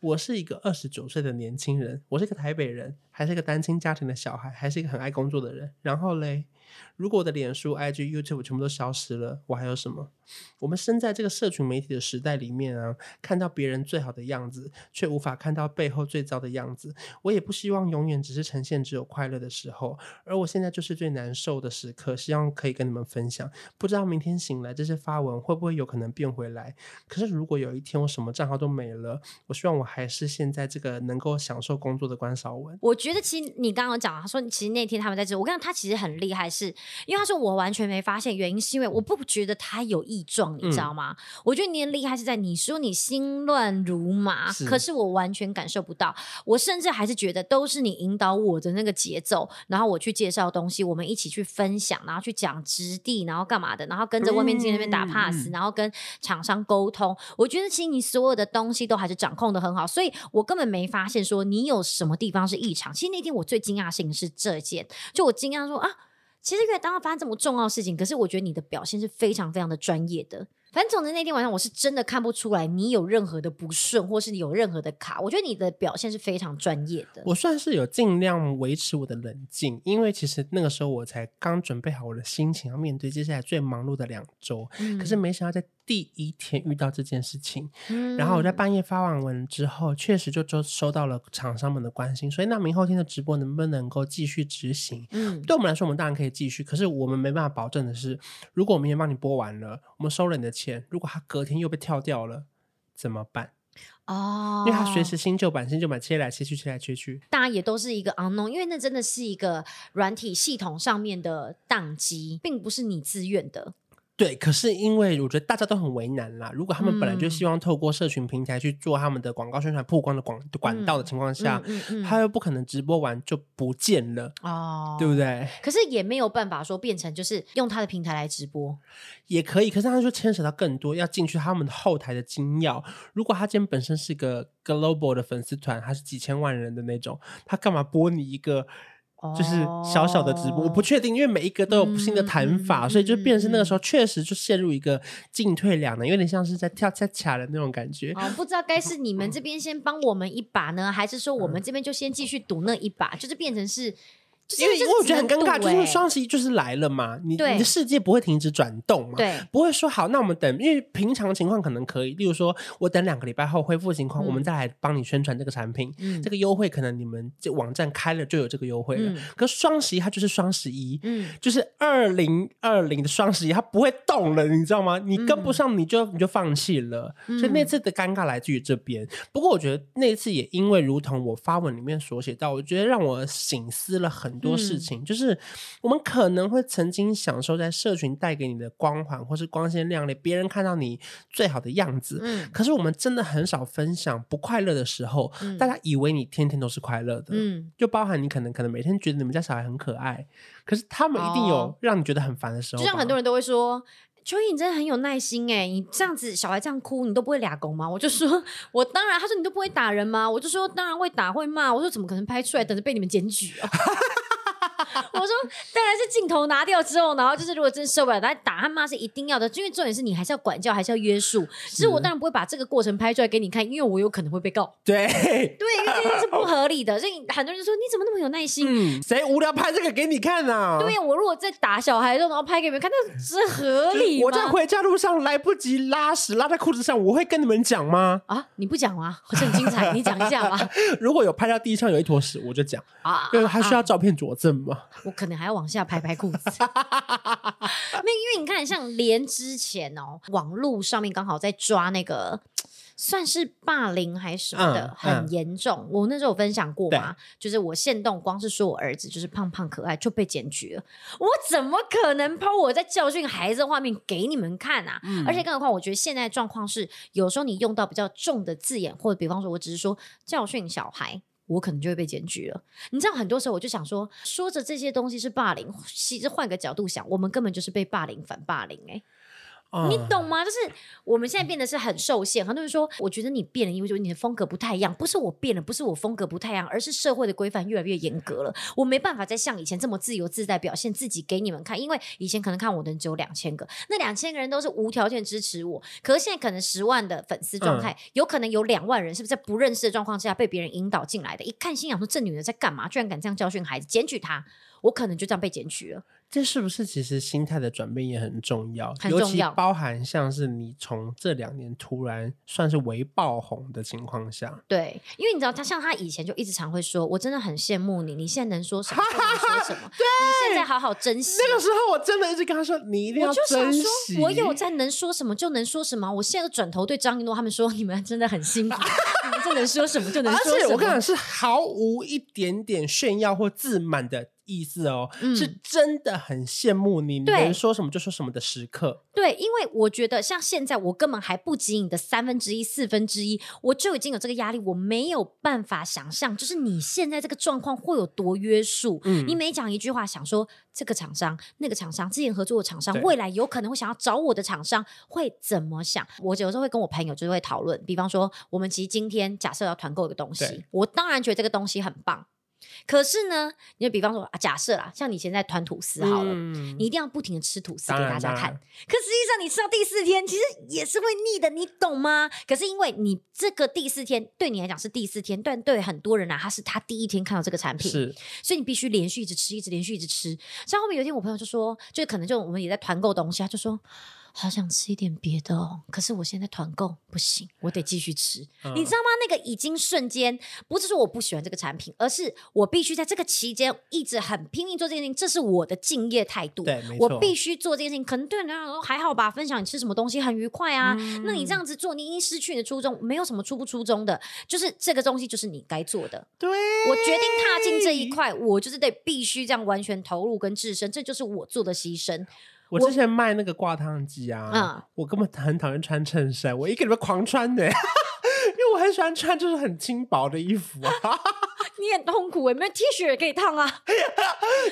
S1: 我是一个二十九岁的年轻人，我是一个台北人，还是一个单亲家庭的小孩，还是一个很爱工作的人。然后嘞，如果我的脸书、IG、YouTube 全部都消失了，我还有什么？我们身在这个社群媒体的时代里面啊，看到别人最好的样子，却无法看到背后最糟的样子。我也不希望永远只是呈现只有快乐的时候，而我现在就是最难受的时刻，希望可以跟你们分享。不知道明天醒来这些发文会不会有可能变回来？可是如果有一天我什么账号都没了，我希望我还是现在这个能够享受工作的关少文。
S2: 嗯啊我觉得其实你刚刚讲，他说其实那天他们在这，我跟你讲他其实很厉害，是，因为他说我完全没发现，原因是因为我不觉得他有异状，你知
S1: 嗯
S2: 道吗？我觉得你的厉害是在你说你心乱如麻，
S1: 是
S2: 可是我完全感受不到，我甚至还是觉得都是你引导我的那个节奏，然后我去介绍东西，我们一起去分享，然后去讲质地，然后干嘛的，然后跟着外面经理那边打
S1: 嗯
S2: pass，、
S1: 嗯
S2: 然后跟厂商沟通。我觉得其实你所有的东西都还是掌控的很好，所以我根本没发现说你有什么地方是异常。其实那天我最惊讶的事情是这件，就我惊讶说啊。其实越当发生这么重要的事情，可是我觉得你的表现是非常非常的专业的。反正总之那天晚上我是真的看不出来你有任何的不顺，或是你有任何的卡。我觉得你的表现是非常专业的。
S1: 我算是有尽量维持我的冷静，因为其实那个时候我才刚准备好我的心情，要面对接下来最忙碌的两周。
S2: 嗯
S1: 可是，没想到在第一天遇到这件事情，
S2: 嗯
S1: 然后我在半夜发完文之后，确实就收收到了厂商们的关心，所以那明后天的直播能不能够继续执行？
S2: 嗯
S1: 对我们来说，我们当然可以继续，可是我们没办法保证的是，如果我明天帮你播完了，我们收了你的钱，如果他隔天又被跳掉了，怎么办？
S2: 哦，
S1: 因为他随时新旧版、新旧版切来切去、切来切去。
S2: 大家也都是一个 unknown，因为那真的是一个软体系统上面的宕机，并不是你自愿的。
S1: 对，可是因为我觉得大家都很为难啦。如果他们本来就希
S2: 嗯
S1: 望透过社群平台去做他们的广告宣传曝光的广管道的情况下，
S2: 嗯嗯
S1: 他又不可能直播完就不见了，
S2: 哦，
S1: 对不对？
S2: 可是也没有办法说变成就是用他的平台来直播，
S1: 也可以，可是他就牵扯到更多，要进去他们后台的精要。如果他今天本身是个 global 的粉丝团，他是几千万人的那种，他干嘛播你一个？就是小小的直播，我不
S2: 哦
S1: 确定，因为每一个都有新的谈法，
S2: 嗯
S1: 所以就变成那
S2: 嗯
S1: 个
S2: 嗯
S1: 时候确实就陷入一个进退两难，有点像是在跳恰恰的那种感觉。
S2: 哦，不知道该是你
S1: 嗯
S2: 们这边先帮我们一把呢，还是说我们这边就先继续赌那一把，就是变成是，就是
S1: 因为
S2: 就是
S1: 我
S2: 只
S1: 觉得很
S2: 能
S1: 尴尬，
S2: 赌
S1: 就是因为
S2: 欸
S1: 双十一就是来了嘛，你你
S2: 对
S1: 的世界不会停止转动嘛。
S2: 对
S1: 不会说好，那我们等，因为平常情况可能可以，例如说，我等两个礼拜后恢复情况，
S2: 嗯
S1: 我们再来帮你宣传这个产品。
S2: 嗯
S1: 这个优惠可能你们这网站开了就有这个优惠了，
S2: 嗯
S1: 可是双十一它就是双十一，
S2: 嗯
S1: 就是二零二零的双十一，它不会动了，你知道吗？你跟不上，你就、你就放弃了。
S2: 嗯
S1: 所以那次的尴尬来自于这边。不过我觉得那次也因为如同我发文里面所写到，我觉得让我醒思了很多事
S2: 嗯
S1: 情，就是我们可能会曾经享受在社群带给你的光环或是光鲜亮丽，别人看到你最好的样子。
S2: 嗯
S1: 可是我们真的很少分享不快乐的时候，
S2: 嗯
S1: 大家以为你天天都是快乐的，
S2: 嗯，
S1: 就包含你可能可能每天觉得你们家小孩很可爱，可是他们一定有
S2: 哦
S1: 让你觉得很烦的时候
S2: 就
S1: 吧。
S2: 像很多人都会说。秋怡，你真的很有耐心哎！你这样子，小孩这样哭，你都不会俩拱吗？我就说，我当然。他说你都不会打人吗？我就说当然会打，会骂。我说怎么可能拍出来，等着被你们检举哦。 我说当然是镜头拿掉之后，然后就是如果真受不了，来打他骂是一定要的，因为重点是你还是要管教，还是要约束。只是我当然不会把这个过程拍出来给你看，因为我有可能会被告。
S1: 对，
S2: 对，因为这件是不合理的，所以很多人就说你怎么那么有耐心？
S1: 嗯，谁无聊拍这个给你看啊？
S2: 对呀，我如果在打小孩的时候，然后拍给你们看，那是合理吗？
S1: 我在回家路上来不及拉屎，拉在裤子上，我会跟你们讲吗？
S2: 啊，你不讲吗？ 这很精彩，你讲一 下吧。
S1: 如果有拍到地上有一坨屎，我就讲，
S2: 啊，
S1: 因为他需
S2: 啊
S1: 要照片佐证嘛。
S2: 我可能还要往下拍拍 裤子。没有，因为你看，像连之前哦，网络上面刚好在抓那个。算是霸凌还是什么的，
S1: 嗯嗯
S2: 很严重。我那时候有分享过嘛，就是我现动光是说我儿子就是胖胖可爱就被检举了，我怎么可能抛我在教训孩子的画面给你们看啊？而且更何况，我觉得现在的状况是，有时候你用到比较重的字眼，或者比方说，我只是说教训小孩。我可能就会被检举了。你知道，很多时候我就想说，说着这些东西是霸凌，其实换个角度想，我们根本就是被霸凌反霸凌、欸。
S1: 嗯
S2: 你懂吗？就是我们现在变得是很受限。很多人说，我觉得你变了，因为就是你的风格不太一样。不是我变了，不是我风格不太一样，而是社会的规范越来越严格了。我没办法再像以前这么自由自在表现自己给你们看，因为以前可能看我的人只有两千个，那两千个人都是无条件支持我。可是现在可能十万的粉丝状态，有可能有两万人是不是在不认识的状况之下被别人引导进来的？一看心想说，这女人在干嘛？居然敢这样教训孩子，检举她，我可能就这样被检举了。
S1: 这是不是其实心态的转变也很重要？
S2: 很
S1: 尤
S2: 重
S1: 其
S2: 要
S1: 包含像是你从这两年突然算是微爆红的情况下，
S2: 对，因为你知道，他像他以前就一直常会说：“我真的很羡慕你，你现在能说什么就能说什 么，你现在好好珍惜。
S1: 哎那个时候我真的一直跟他说，你一定要
S2: 我就想
S1: 珍
S2: 说，
S1: 惜。
S2: 我有在能说什么就能说什么。我现在转头对张一诺他们说：“你们真的很辛苦，你们这能说什么就能
S1: 而
S2: 说什
S1: 且
S2: 么。”
S1: 我跟你讲，是毫无一点点炫耀或自满的意思哦，
S2: 嗯
S1: 是真的很羡慕你
S2: 对
S1: 能说什么就说什么的时刻。
S2: 对，因为我觉得像现在，我根本还不及你的三分之一、四分之一，我就已经有这个压力，我没有办法想象，就是你现在这个状况会有多约束。
S1: 嗯
S2: 你每讲一句话，想说这个厂商、那个厂商、之前合作的厂商
S1: 对，
S2: 未来有可能会想要找我的厂商会怎么想？我有时候会跟我朋友就是会讨论，比方说，我们其实今天假设要团购一个东西
S1: 对，
S2: 我当然觉得这个东西很棒，可是呢，你就比方说啊，假设啦，像你以前在团吐司好了，
S1: 嗯
S2: 你一定要不停的吃吐司
S1: 当
S2: 给
S1: 然
S2: 大家
S1: 当
S2: 看
S1: 然。
S2: 可实际上你吃到第四天，其实也是会腻的，你懂吗？可是因为你这个第四天对你来讲是第四天，但对很多人啊，他是他第一天看到这个产品，
S1: 是
S2: 所以你必须连续一直吃，一直连续一直吃。像后面有一天，我朋友就说，就可能就我们也在团购东西，他就说。好想吃一点别的哦，可是我现在团购不行，我得继续吃。
S1: 嗯
S2: 你知道吗？那个已经瞬间不是说我不喜欢这个产品，而是我必须在这个期间一直很拼命做这件事情，这是我的敬业态度。
S1: 对没错
S2: 我必须做这件事情。可能对人来说还好吧，分享你吃什么东西很愉快啊。那
S1: 嗯
S2: 你这样子做，你已经失去你的初衷，没有什么初不初衷的，就是这个东西就是你该做的。
S1: 对，
S2: 我决定踏进这
S1: 哎
S2: 一块，我就是得必须这样完全投入跟置身，这就是我做的牺牲。
S1: 我之前卖那个挂烫机啊，
S2: 嗯
S1: 我根本很讨厌穿衬衫，我一个礼拜狂穿的、 因为我很喜欢穿就是很轻薄的衣服啊，
S2: 你很痛苦、欸，没有 T 恤也可以 烫啊。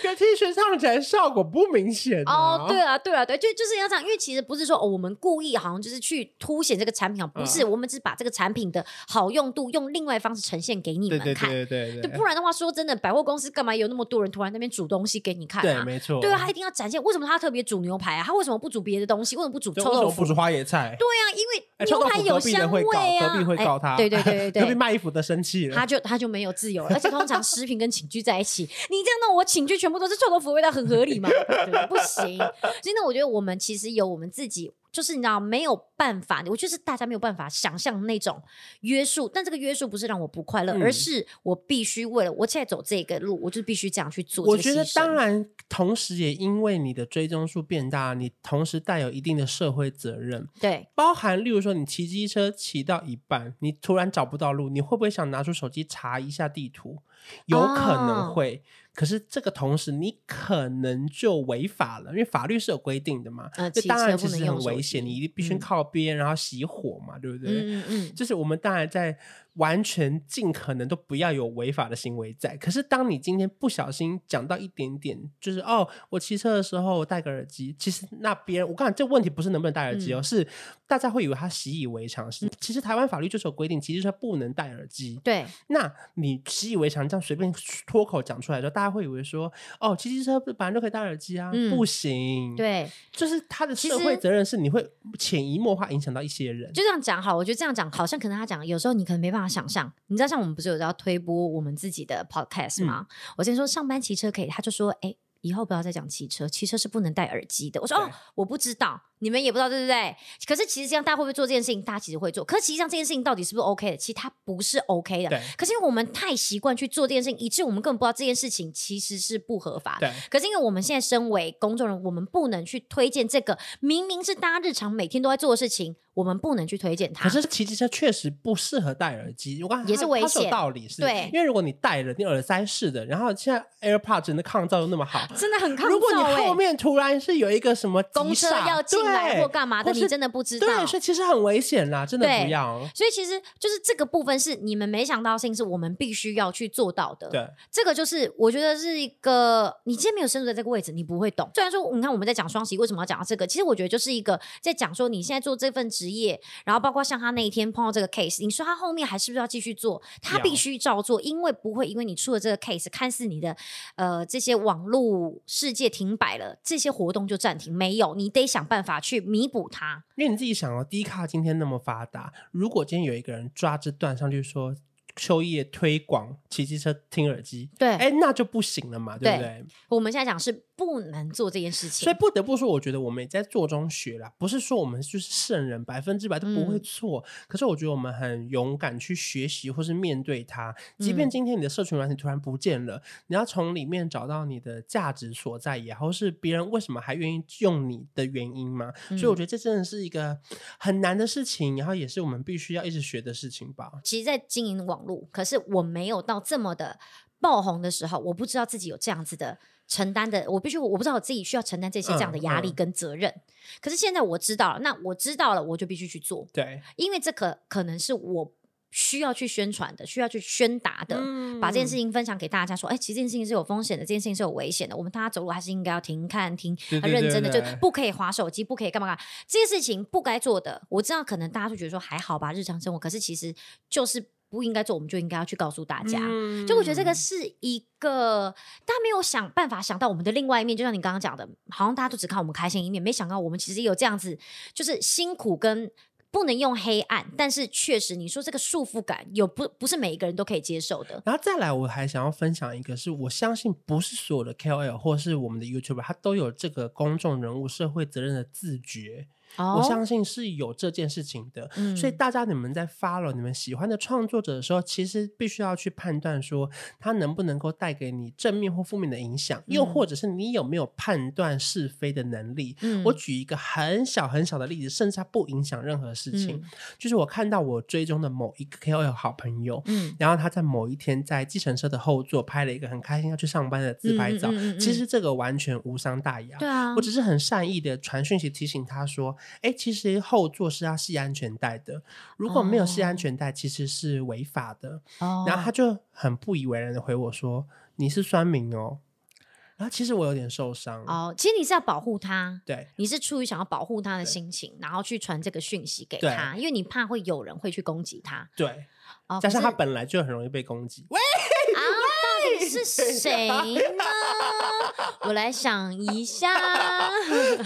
S1: 跟 T 恤上起来效果不明显、啊、
S2: 哦，对啊，对啊，对，就就是要这样，因为其实不是说哦，我们故意好像就是去凸显这个产品，好不是，
S1: 嗯
S2: 我们只是把这个产品的好用度用另外一方式呈现给你
S1: 对
S2: 们
S1: 对
S2: 看。
S1: 对对
S2: 对
S1: 对
S2: 不然的话，说真的，百货公司干嘛有那么多人突然那边煮东西给你看
S1: 对，
S2: 啊？
S1: 没错，
S2: 对啊，他一定要展现为什么他特别煮牛排啊？他为什么不煮别的东西？为什么不煮
S1: 对
S2: 臭
S1: 为什
S2: 豆
S1: 么不
S2: 腐？
S1: 煮花椰菜？
S2: 对啊，因为
S1: 哎臭
S2: 牛
S1: 豆
S2: 排
S1: 腐
S2: 有
S1: 隔壁的
S2: 香
S1: 会告，
S2: 味啊，
S1: 隔壁会
S2: 哎
S1: 告他，
S2: 对 对对对对，
S1: 隔壁卖衣服的生气了
S2: 他。就他就没有自由了，而且通常食品跟寝具在一起， 你这样弄我寝具全部都是臭豆腐味道，很合理吗？ 对不行，所以呢，我觉得我们其实有我们自己。就是你知道没有办法，我就是大家没有办法想象那种约束，但这个约束不是让我不快乐，
S1: 嗯
S2: 而是我必须为了我现在走这个路，我就必须这样去做。
S1: 我觉得当，然，同时也因为你的追踪数变大，你同时带有一定的社会责任，
S2: 对，
S1: 包含例如说你骑机车骑到一半，你突然找不到路，你会不会想拿出手机查一下地图？有可能
S2: 哦
S1: 会，可是这个同时你可能就违法了，因为法律是有规定的嘛。
S2: 呃
S1: 这
S2: 骑
S1: 当
S2: 车
S1: 然
S2: 不
S1: 其
S2: 能
S1: 实
S2: 用
S1: 很
S2: 手
S1: 危险，
S2: 机
S1: 你一定必须
S2: 嗯
S1: 靠边，然后熄火嘛，对不对？
S2: 嗯嗯嗯，
S1: 就是我们当然在完全尽可能都不要有违法的行为在。可是当你今天不小心讲到一点点，就是哦，我骑车的时候我戴个耳机，其实那别人我刚才这问题不是能不能戴耳机哦，
S2: 嗯
S1: 是大家会以为他习以为常是。其实台湾法律就是有规定，骑机车不能戴耳机。
S2: 对，
S1: 那你习以为常这样随便脱口讲出来的时候，大家会以为说哦，骑机车本来就可以戴耳机啊，
S2: 嗯
S1: 不行。，
S2: 对，
S1: 就是他的
S2: 其
S1: 社会
S2: 实
S1: 责任是你会潜移默化影响到一些人。
S2: 就这样讲好，我觉得这样讲好像可能他讲，有时候你可能没办法想象。你知道，像我们不是有要推播我们自己的
S1: 嗯
S2: podcast 吗？我先说上班骑车可以，他就说，哎、以后不要再讲骑车，骑车是不能戴耳机的。我说
S1: 对
S2: 哦，我不知道，你们也不知道，对不对？可是其实这样大家会不会做这件事情？大家其实会做，可是实际上这件事情到底是不是 OK 的？其实它不是 OK 的
S1: 对。
S2: 可是因为我们太习惯去做这件事情，以致我们根本不知道这件事情其实是不合法的。
S1: 对。
S2: 可是因为我们现在身为公众人物，我们不能去推荐这个明明是大家日常每天都在做的事情，我们不能去推荐它。
S1: 可是骑机车确实不适合戴耳机，我刚
S2: 也是危
S1: 它有
S2: 险
S1: 道理是，
S2: 对
S1: 因为如果你戴了，你耳塞式的，然后现在 AirPods 真的抗噪又那么好，
S2: 真的很抗
S1: 如果
S2: 造
S1: 你
S2: 哎、
S1: 后面突然是有一个什么急
S2: 公车
S1: 刹
S2: 要进来
S1: 对
S2: 或干嘛的，
S1: 或是
S2: 你真的不知道。
S1: 对，所以其实很危险啦，真的不
S2: 对
S1: 要。
S2: 所以其实就是这个部分是你们没想到的事情，是我们必须要去做到的。
S1: 对，
S2: 这个就是我觉得是一个，你今天没有深入在这个位置，你不会懂。虽然说，你看我们在讲双十一，为什么要讲到这个？其实我觉得就是一个在讲说你现在做这份职业，然后包括像他那一天碰到这个 case，你说他后面还是不是要继续做？他
S1: 要
S2: 必须照做，因为不会因为你出了这个 case，看似你的呃这些网络世界停摆了，这些活动就暂停，没有，你得想办法去弥补它。
S1: 因为你自己想哦，低卡今天那么发达，如果今天有一个人抓这段上去说秋叶推广骑机车听耳机，
S2: 对，
S1: 哎，那就不行了嘛，对不对？
S2: 我们现在讲是不能做这件事情，
S1: 所以不得不说，我觉得我们也在做中学啦，不是说我们就是圣人，百分之百都不
S2: 嗯
S1: 会错。可是我觉得我们很勇敢去学习或是面对它，即便
S2: 嗯
S1: 今天你的社群软体突然不见了，你要从里面找到你的价值所在，也或是别人为什么还愿意用你的原因嘛。
S2: 嗯
S1: 所以我觉得这真的是一个很难的事情，然后也是我们必须要一直学的事情吧。
S2: 其实在经营网络，可是我没有到这么的。爆红的时候，我不知道自己有这样子的承担的，我必须我不知道我自己需要承担这些这样的压
S1: 嗯
S2: 力
S1: 嗯
S2: 跟责任。可是现在我知道了，那我知道了，我就必须去做，
S1: 对，
S2: 因为这可可能是我需要去宣传的，需要去宣达的。
S1: 嗯
S2: 把这件事情分享给大家，说，哎、其实这件事情是有风险的，这件事情是有危险的，我们大家走路还是应该要停看停，
S1: 嗯对
S2: 很
S1: 对
S2: 认
S1: 对
S2: 真的，
S1: 对
S2: 就不可以划手机，不可以干嘛干嘛，这些事情不该做的，我知道可能大家就觉得说还好吧，日常生活，可是其实就是不应该做，我们就应该要去告诉大家。
S1: 嗯
S2: 就我觉得这个是一个，大家没有想办法想到我们的另外一面，就像你刚刚讲的，好像大家都只看我们开心一面，没想到我们其实也有这样子，就是辛苦跟不能用黑暗，但是确实你说这个束缚感有不不是每一个人都可以接受的，
S1: 然后再来，我还想要分享一个是，我相信不是所有的 KOL 或是我们的 YouTuber，他都有这个公众人物社会责任的自觉。
S2: 哦
S1: 我相信是有这件事情的。
S2: 嗯
S1: 所以大家你们在 follow 你们喜欢的创作者的时候，其实必须要去判断说他能不能够带给你正面或负面的影响，又
S2: 嗯
S1: 或者是你有没有判断是非的能力。
S2: 嗯
S1: 我举一个很小很小的例子，甚至它不影响任何事情，
S2: 嗯
S1: 就是我看到我追踪的某一个 KOL 好朋友，
S2: 嗯
S1: 然后他在某一天在计程车的后座拍了一个很开心要去上班的自拍照，
S2: 嗯嗯嗯嗯嗯
S1: 其实这个完全无伤大雅。
S2: 对啊，
S1: 我只是很善意的传讯息提醒他说：“哎，其实后座是要系安全带的，如果没有系
S2: 哦
S1: 安全带，其实是违法的。
S2: 哦
S1: 然后他就很不以为然的回我说：“你是酸民哦。”然后其实我有点受伤。
S2: 哦，其实你是要保护他。
S1: 对，
S2: 你是出于想要保护他的
S1: 对
S2: 心情，然后去传这个讯息给
S1: 对
S2: 他，因为你怕会有人会去攻击他。
S1: 对，
S2: 哦，
S1: 加
S2: 可
S1: 上他
S2: 是
S1: 本来就很容易被攻 击。喂，
S2: 啊，到底是谁呢？我来想 一下。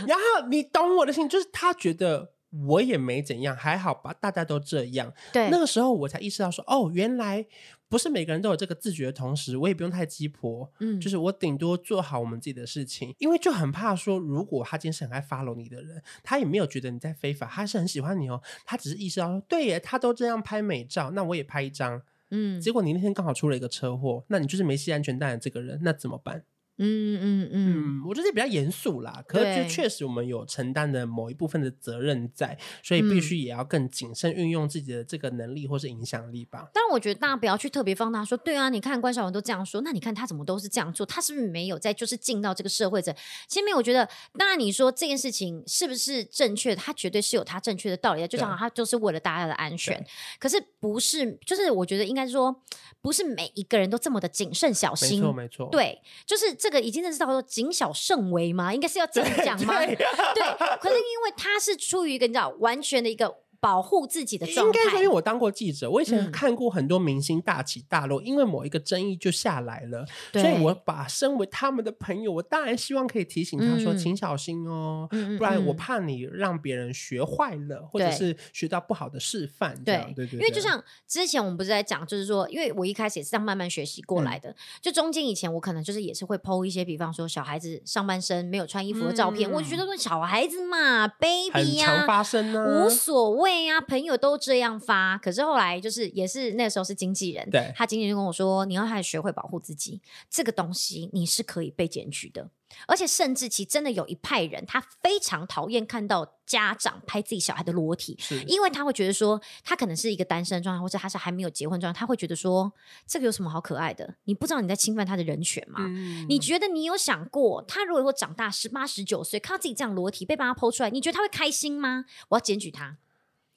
S1: 然后你懂我的心，就是他觉得我也没怎样，还好吧，大家都这样。
S2: 对，
S1: 那个时候我才意识到说，哦，原来不是每个人都有这个自觉的同时，我也不用太鸡婆，
S2: 嗯
S1: 就是我顶多做好我们自己的事情，因为就很怕说，如果他今天是很爱 follow 你的人，他也没有觉得你在非法，他是很喜欢你哦，他只是意识到说，对耶，他都这样拍美照，那我也拍一张。
S2: 嗯
S1: 结果你那天刚好出了一个车祸，那你就是没系安全带的这个人，那怎么办？
S2: 嗯嗯嗯，
S1: 嗯，我觉得这比较严肃啦，可是
S2: 对
S1: 就确实我们有承担的某一部分的责任在，所以
S2: 嗯
S1: 必须也要更谨慎运用自己的这个能力或是影响力吧。
S2: 但我觉得大家不要去特别放大说，对啊，你看关晓雯都这样说，那你看她怎么都是这样做，她是不是没有在就是尽到这个社会责任？前面我觉得，当然你说这件事情是不是正确的，她绝对是有她正确的道理的，就
S1: 对
S2: 像她就是为了大家的安全
S1: 对，
S2: 可是不是，就是我觉得应该说，不是每一个人都这么的谨慎小
S1: 没
S2: 心
S1: 错，。没错，
S2: 对，就是这个已经认识到说谨小慎微吗？应该是要这样讲吗？
S1: 对，
S2: 对，可是因为他是出于一个你知道完全的一个保护自己的状
S1: 应
S2: 态
S1: 该，说，因为我当过记者，我以前
S2: 嗯
S1: 看过很多明星大起大落，因为某一个争议就下来了，所
S2: 对
S1: 以我把身为他们的朋友，我当然希望可以提醒他说，
S2: 嗯
S1: 请小心哦。
S2: 嗯
S1: 不然我
S2: 嗯
S1: 怕你让别人学坏了，或者
S2: 对
S1: 是学到不好的示范。这样
S2: 对
S1: 对对，
S2: 因为
S1: 对
S2: 就像之前我们不是在讲，就是说，因为我一开始也是这样慢慢学习
S1: 嗯
S2: 过来的。就中间以前我可能就是也是会剖一些，比方说小孩子上半身没有穿衣服的照片，
S1: 嗯
S2: 我就觉得说小孩子嘛
S1: 很
S2: ，baby
S1: 常
S2: 呀、
S1: 发生啊呢、
S2: 啊无所谓啊，朋友都这样发。可是后来就是也是那时候是经纪人，
S1: 对
S2: 他经纪人就跟我说，你要还学会保护自己，这个东西你是可以被检举的。而且甚至其实真的有一派人，他非常讨厌看到家长拍自己小孩的裸体，
S1: 是
S2: 因为他会觉得说，他可能是一个单身状态，或者他是还没有结婚状态，他会觉得说，这个有什么好可爱的？你不知道你在侵犯他的人权吗？
S1: 嗯
S2: 啊你觉得你有想过，他如果以后长大十八、十九岁，看到自己这样裸体被爸妈剖出来，你觉得他会开心吗？我要检举他。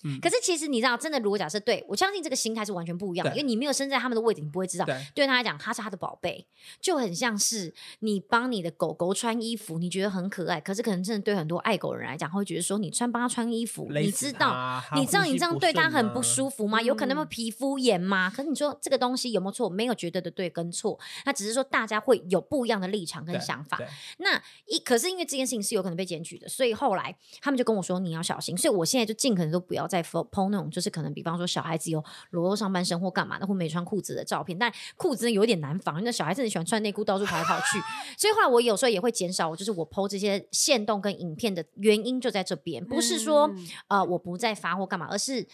S1: 嗯
S2: 可是其实你知道，真的，如果假设对我相信这个心态是完全不一样的，
S1: 对
S2: 因为你没有身在他们的位置，你不会知道。
S1: 对
S2: 对他来讲，他是他的宝贝，就很像是你帮你的狗狗穿衣服，你觉得很可爱，可是可能真的对很多爱狗人来讲，会觉得说你穿帮他穿衣服，
S1: 勒
S2: 你
S1: 死
S2: 知道。
S1: 他
S2: 你知道你这样对他很不。
S1: 呼吸顺啊
S2: 舒服吗？有可能会皮肤炎吗？可是你说这个东西有没有错？没有绝对的对跟错，那只是说大家会有不一样的立场跟
S1: 对
S2: 想法
S1: 对。
S2: 那一可是因为这件事情是有可能被检举的，所以后来他们就跟我说你要小心，所以我现在就尽可能都不要再 po po 那种就是可能比方说小孩子有裸露上半身或干嘛的或没穿裤子的照片，但裤子有点难防，那小孩子很喜欢穿内裤到处跑来跑去， 所以后来我有时候也会减少我就是我 po 这些线动跟影片的原因就在这边，不是说、
S1: 嗯
S2: 呃我不再发或干嘛，而是。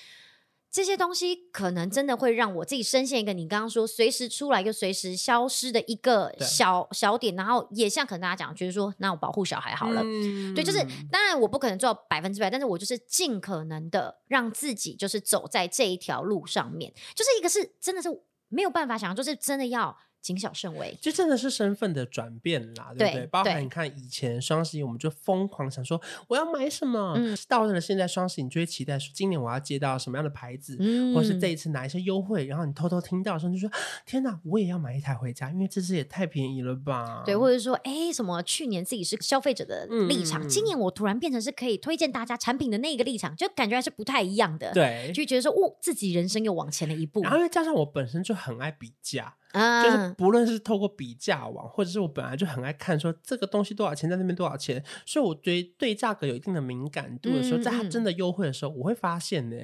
S2: 这些东西可能真的会让我自己深陷一个你刚刚说随时出来又随时消失的一个
S1: 对
S2: 小小点，然后也像可能大家讲，觉得说那我保护小孩好了，
S1: 嗯
S2: 对，就是当然我不可能做到百分之百，但是我就是尽可能的让自己就是走在这一条路上面，就是一个是真的是没有办法想，就是真的要谨小慎微。
S1: 就真的是身份的转变啦，对不
S2: 对
S1: 对？包含
S2: 对
S1: 你看以前双十一，我们就疯狂想说我要买什么，
S2: 嗯
S1: 到了现在双十一，你就会期待说今年我要接到什么样的牌子，
S2: 嗯
S1: 或是这一次哪一些优惠，然后你偷偷听到的时候你就说天哪，我也要买一台回家，因为这次也太便宜了吧？
S2: 对，或者说，哎，什么？去年自己是消费者的立场，
S1: 嗯嗯嗯嗯
S2: 今年我突然变成是可以推荐大家产品的那个立场，就感觉还是不太一样的。，
S1: 对。
S2: 就觉得说，哦，自己人生又往前了一步
S1: 然后。又加上我本身就很爱比价，
S2: 啊
S1: 就是不论是透过比价网，或者是我本来就很爱看说这个东西多少钱，在那边多少钱，所以我对对价格有一定的敏感度的时候，
S2: 嗯
S1: 在它
S2: 嗯
S1: 真的优惠的时候，我会发现呢、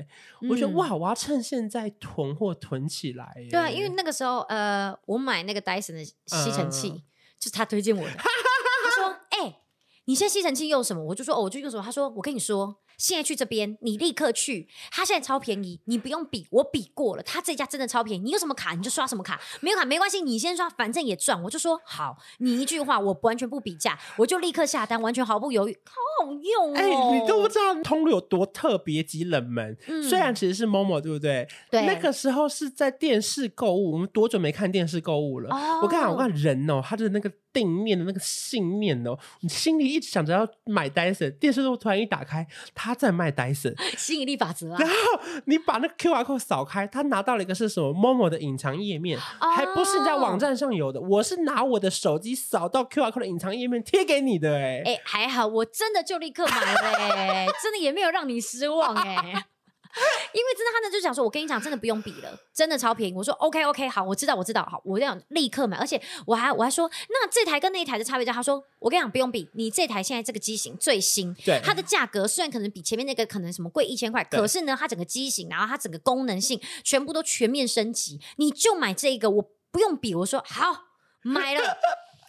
S1: 我会觉得
S2: 嗯
S1: 哇，我要趁现在囤货囤起来、耶
S2: 对啊，因为那个时候，呃，我买那个 Dyson 的吸尘器，
S1: 嗯
S2: 就是他推荐我的。他说：“哎、你现在吸尘器用什么？”我就说：“哦，我就用什么。”他说：“我跟你说，现在去这边，你立刻去，他现在超便宜，你不用比，我比过了，他这家真的超便宜。你有什么卡你就刷什么卡，没有卡没关系，你先刷，反正也赚。”我就说：“好，你一句话，我完全不比价，我就立刻下单，完全毫不犹豫，好好用哦。”
S1: 哎、你都不知道通路有多特别及冷门。
S2: 嗯
S1: 虽然其实是 Momo，对不对？
S2: 对
S1: 那个时候是在电视购物，我们多久没看电视购物了？
S2: 哦
S1: 我跟你讲，我跟你讲人哦，他的那个定念的那个信念哦，你心里一直想着要买 Dyson，电视都突然一打开，他在卖 Dyson，
S2: 吸引力法则啊
S1: 然，后你把那 QR code 扫开，他拿到了一个是什么 Momo 的隐藏页面，
S2: 哦
S1: 还不是你在网站上有的，我是拿我的手机扫到 QR code 的隐藏页面贴给你的、哎、
S2: 哎、还好，我真的就立刻买了、欸，真的也没有让你失望哎、因为真的，他呢就想说，我跟你讲，真的不用比了，真的超便宜。我说 OK OK，好，我知道我知道，好，我这样立刻买。而且我还我还说，那这台跟那一台的差别在，他说我跟你讲不用比，你这台现在这个机型最新，
S1: 对
S2: 它的价格虽然可能比前面那个可能什么贵一千块，
S1: 对
S2: 可是呢，它整个机型，然后它整个功能性全部都全面升级，你就买这个，我不用比。我说好，买了。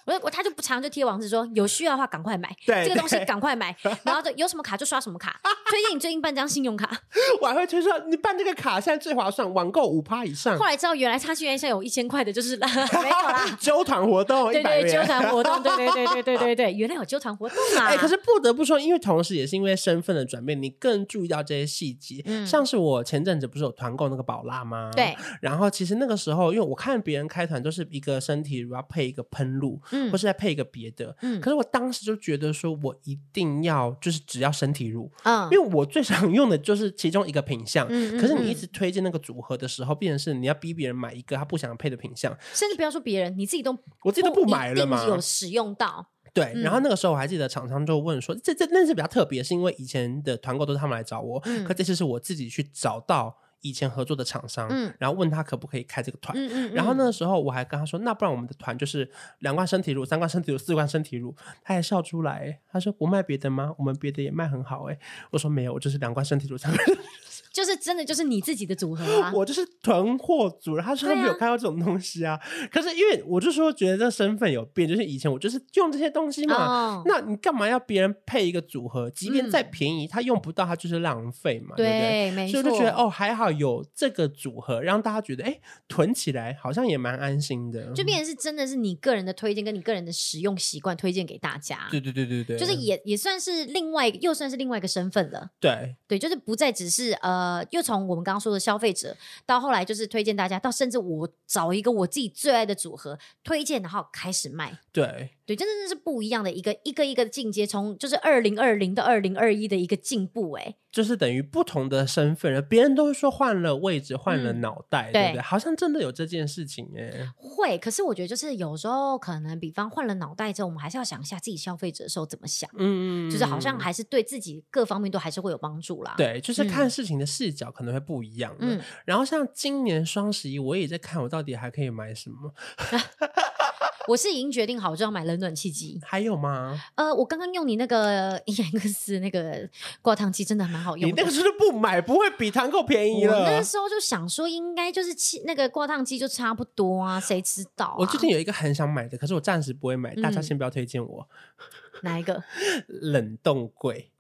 S2: 我我他就不常就贴网址说有需要的话赶快买，
S1: 对
S2: 这个东西
S1: 对
S2: 赶快买，然后就有什么卡就刷什么卡，推荐你最近办张信用卡。
S1: 我还会推说你办这个卡现在最划算，网购五趴以上
S2: 后，来知道原来他居然像有一千块的，就是啦，没有啦，
S1: 纠团活动
S2: 对
S1: 一百
S2: 对，纠
S1: 元。
S2: 团活动，对对对对对对对，原来有纠团活动啊！
S1: 哎、可是不得不说，因为同时也是因为身份的转变，你更注意到这些细节。
S2: 嗯
S1: 像是我前阵子不是有团购那个宝拉吗？。
S2: 对，
S1: 然后其实那个时候，因为我看别人开团都是一个身体乳要配一个喷露，
S2: 嗯
S1: 或是再配一个别的。
S2: 嗯
S1: 可是我当时就觉得说，我一定要就是只要身体乳，
S2: 嗯
S1: 因为我最常用的就是其中一个品相。
S2: 嗯嗯
S1: 可是你一
S2: 嗯
S1: 直推荐那个组合的时候，变成是你要逼别人买一个他不想配的品相，
S2: 甚至不要说别人，你自己都
S1: 我自己都不买
S2: 一
S1: 了
S2: 定
S1: 嘛。
S2: 有使用到，
S1: 对，
S2: 嗯
S1: 然后那个时候我还记得厂商就问说，这这那是比较特别，是因为以前的团购都是他们来找我，
S2: 嗯
S1: 可这次是我自己去找到以前合作的厂商，
S2: 嗯
S1: 然后问他可不可以开这个团。
S2: 嗯嗯，嗯
S1: 然后？那个时候我还跟他说，那不然我们的团就是两罐身体乳、三罐身体乳、四罐身体乳。他还笑出来、欸他说不卖别的吗？我们别的也卖很好哎、我说没有，我就是两罐身体乳、三罐身体乳，
S2: 就是真的就是你自己的组合 啊，
S1: 我就是囤货族。他说他
S2: 对啊
S1: 没有看到这种东西啊。可是因为我就说觉得这身份有变，就是以前我就是用这些东西嘛，
S2: 哦
S1: 那你干嘛要别人配一个组合？即便
S2: 嗯
S1: 再便宜，他用不到，他就是浪费嘛，对不对？
S2: 对，没
S1: 所
S2: 错，
S1: 以我就觉得哦，还好有这个组合，让大家觉得哎，囤起来好像也蛮安心的。
S2: 就变成是真的是你个人的推荐跟你个人的使用习惯推荐给大家，
S1: 对对对对对，
S2: 就是也也算是另外一个，又算是另外一个身份了。
S1: 对
S2: 对，就是不再只是呃，又从我们刚刚说的消费者，到后来就是推荐大家，到甚至我找一个我自己最爱的组合推荐，然后开始卖。
S1: 对，
S2: 对，真的是不一样的一个一个一个进阶，从就是二零二零到二零二一的一个进步、欸，
S1: 就是等于不同的身份，别人都会说换了位置，换了
S2: 嗯
S1: 脑袋，
S2: 对
S1: 对不对？好像真的有这件事情哎。
S2: 会。可是我觉得就是有时候可能，比方换了脑袋之后，我们还是要想一下自己消费者的时候怎么想，
S1: 嗯，
S2: 就是好像还是对自己各方面都还是会有帮助啦。，
S1: 对，就是
S2: 嗯
S1: 看事情的视角可能会不一样。嗯
S2: 嗯，，
S1: 然后像今年双十一，我也在看我到底还可以买什么，
S2: 我是已经决定好就要买冷暖气机。
S1: 还有吗？
S2: 呃，我刚刚用你那个伊莱克斯那个挂烫机，真的还蛮好用
S1: 你
S2: 的。
S1: 那个就是不买，不会比团购便宜
S2: 我那
S1: 了。
S2: 时候就想说，应该就是气那个挂烫机就差不多啊，谁知道、啊？
S1: 我最近有一个很想买的，可是我暂时不会买，大家
S2: 嗯
S1: 先不要推荐我。
S2: 哪一个？
S1: 冷冻柜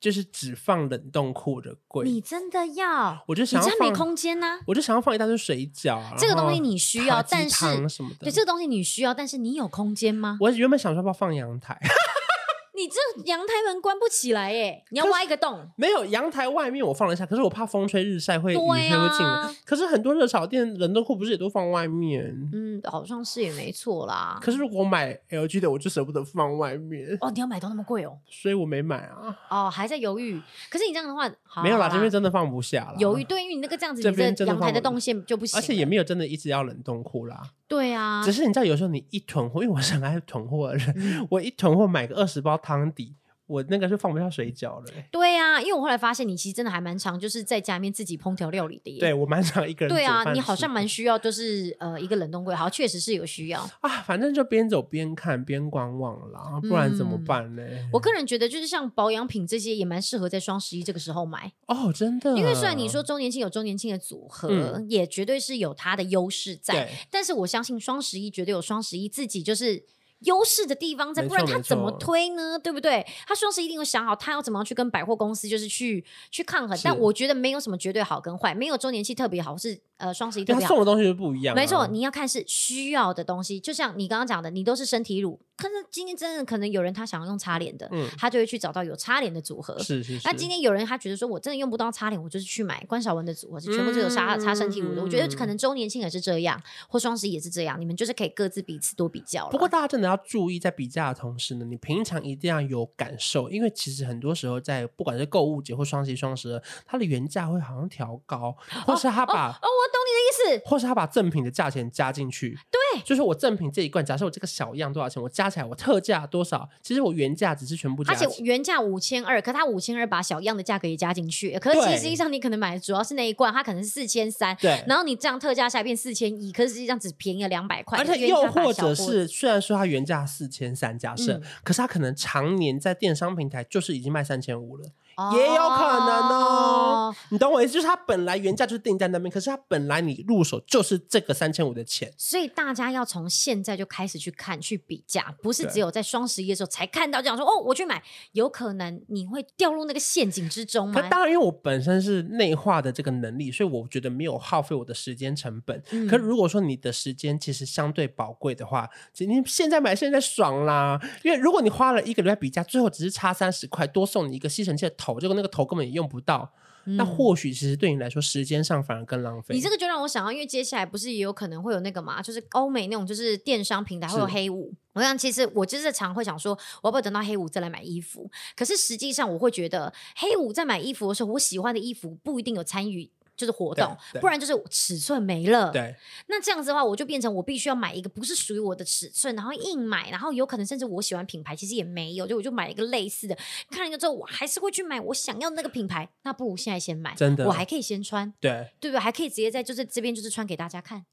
S1: 就是只放冷冻库的
S2: 你
S1: 柜，
S2: 真的要？
S1: 我就
S2: 你
S1: 想要
S2: 这样
S1: 放
S2: 没空间啊呐、
S1: 我就想要放一大堆水饺啊。
S2: 这个
S1: 然后
S2: 东西你需要
S1: 塔吉
S2: 但是
S1: 汤什么的，
S2: 对，这个东西你需要，但是你有空间吗？
S1: 我原本想说要不要放阳台，
S2: 你这阳台门关不起来耶，你要挖一个洞。
S1: 没有阳台外面我放了一下，可是我怕风吹日晒会雨
S2: 对
S1: 天
S2: 啊
S1: 会进来。可是很多热炒店冷冻库不是也都放外面？
S2: 嗯，好像是也没错啦。
S1: 可是如果我买 LG 的，我就舍不得放外面，
S2: 哦，你要买到那么贵哦？
S1: 所以我没买啊。
S2: 哦，还在犹豫。可是你这样的话，好
S1: 没有啦，
S2: 好
S1: 这边真的放不下啦。
S2: 犹豫，，对，因为你那个这样子，
S1: 这
S2: 你
S1: 边
S2: 的
S1: 真的
S2: 阳台
S1: 放
S2: 的
S1: 不了
S2: 动线就不行
S1: 而
S2: 了。
S1: 且也没有真的一直要冷冻库啦。
S2: 对啊
S1: 只，是你知道，有时候你一囤货，因为我是很爱囤货的人，
S2: 嗯
S1: 我一囤货买个二十包汤底，我那个就放不下水饺了欸、
S2: 对啊，因为我后来发现你其实真的还蛮常就是在家里面自己烹调料理的耶。
S1: 对我蛮想一个人
S2: 对
S1: 煮
S2: 啊，
S1: 饭
S2: 你好
S1: 吃
S2: 像蛮需要，就是呃一个冷冻柜，好，确实是有需要。
S1: 啊，反正就边走边看边观望啦，不然怎么
S2: 嗯
S1: 办呢？
S2: 我个人觉得，就是像保养品这些，也蛮适合在双十一这个时候买，
S1: 哦，真的，
S2: 因为虽然你说周年庆有周年庆的组合，
S1: 嗯
S2: 也绝对是有它的优势在，
S1: 对，
S2: 但是我相信双十一绝对有双十一自己就是。优势的地方在，
S1: 没
S2: 不然
S1: 错
S2: 他
S1: 没
S2: 怎么
S1: 错
S2: 推呢？对不对？他双十一一定有想好，他要怎么样去跟百货公司就是去去抗衡。
S1: 是
S2: 但我觉得没有什么绝对好跟坏，没有周年庆特别好，是呃双十一特
S1: 对
S2: 别
S1: 他
S2: 好。
S1: 送的啊东西就不一样、
S2: 没错，。你要看是需要的东西，就像你刚刚讲的，你都是身体乳，可是今天真的可能有人他想要用擦脸的，
S1: 嗯
S2: 他就会去找到有擦脸的组合。
S1: 是是是，
S2: 那今天有人他觉得说我真的用不到擦脸，我就是去买关晓雯的组合，是全部都有擦、擦身体乳的。我觉得可
S1: 嗯
S2: 能周年庆也是这样，或双十一也是这样，你们就是可以各自彼此多比较啦
S1: 不过大家真的要注意，在比价的同时呢，你平常一定要有感受，因为其实很多时候在不管是购物节或双十一、双十二，它的原价会好像调高，或是他把、
S2: 哦，我懂你的意思，
S1: 或是他把赠品的价钱加进去。
S2: 对
S1: 就是我赠品这一罐，假设我这个小样多少钱，我加起来我特价多少，其实我原价只是全部加
S2: 而
S1: 起
S2: 且
S1: 来。
S2: 原价五千二，可他五千二把小样的价格也加进去，可是其实
S1: 对
S2: 实际上你可能买的主要是那一罐，它可能是四千三，
S1: 对，
S2: 然后你这样特价下来变四千一，可是实际上只便宜了两百块，
S1: 而且
S2: 冤
S1: 又
S2: 家把
S1: 或
S2: 小
S1: 者
S2: 锅
S1: 是，虽然说它原价四千三，假设，
S2: 嗯
S1: 可是它可能常年在电商平台就是已经卖三千五了。
S2: 哦
S1: 也有可能哦。你懂我意思？就是它本来原价就是定在那边，可是它本来你入手就是这个三千五的钱。
S2: 所以大家要从现在就开始去看、去比价，不是
S1: 对
S2: 只有在双十一的时候才看到这样说哦，我去买，有可能你会掉入那个陷阱之中
S1: 可
S2: 吗？
S1: 当然，因为我本身是内化的这个能力，所以我觉得没有耗费我的时间成本。
S2: 嗯
S1: 可如果说你的时间其实相对宝贵的话，其实你现在买现在爽啦。因为如果你花了一个礼拜比价，最后只是差三十块，多送你一个吸尘器的头，结果那个头根本也用不到，那
S2: 嗯
S1: 或许其实对你来说时间上反而更浪费。
S2: 你这个就让我想到，因为接下来不是也有可能会有那个嘛，就是欧美那种就是电商平台会有
S1: 是
S2: 黑五。我想，其实我就是常会想说，我要不要等到黑五再来买衣服？可是实际上，我会觉得黑五在买衣服的时候，我喜欢的衣服不一定有参与就是活动
S1: 对，对
S2: 不然就是尺寸没了。
S1: 对
S2: 那这样子的话，我就变成我必须要买一个不是属于我的尺寸，然后硬买，然后有可能甚至我喜欢品牌其实也没有，就我就买一个类似的，看了一个之后，我还是会去买我想要的那个品牌，那不如现在先买，
S1: 真的
S2: 我还可以先穿，
S1: 对，
S2: 对不对？还可以直接在就是这边就是穿给大 家看，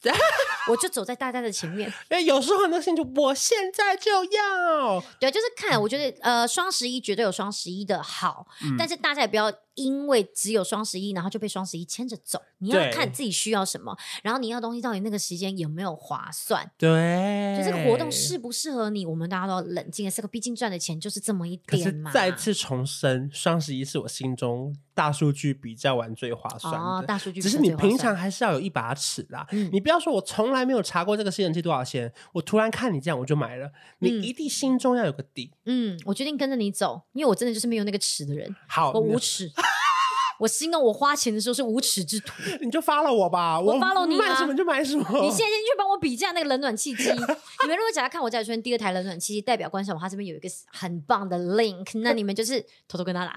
S2: 我就走在大家的前面，
S1: 因为有时候那个心情，我现在就要。
S2: 对，就是看，我觉得呃，双十一绝对有双十一的好，
S1: 嗯
S2: 但是大家也不要因为只有双十一，然后就被双十一牵着走。你要
S1: 对
S2: 看自己需要什么，然后你要东西到底那个时间有没有划算。
S1: 对，
S2: 就这个活动适不适合你，我们大家都要冷静的思考。毕竟赚的钱就是这么一
S1: 可
S2: 点
S1: 是
S2: 嘛。
S1: 再次重申，双十一是我心中大数据比较完最划算的。
S2: 哦，大数据
S1: 只是
S2: 比
S1: 你
S2: 较划
S1: 平
S2: 算
S1: 常还是要有一把尺啦，
S2: 嗯
S1: 你不要说我从来没有查过这个吸尘器多少钱，我突然看你这样我就买了，你
S2: 嗯
S1: 一定心中要有个底。
S2: 嗯，我决定跟着你走，因为我真的就是没有那个尺的人，
S1: 好，
S2: 我无
S1: 你
S2: 耻。我心中我花钱的时候是无 耻之徒。
S1: 你就 follow 我吧，我
S2: follow 你啊
S1: 买什么就买什么。
S2: 你现在先去帮我比价那个冷暖气机。你们如果想要看我家里出现第二台冷暖气机，代表观赏我，他这边有一个很棒的 link，那你们就是偷偷跟 他拿，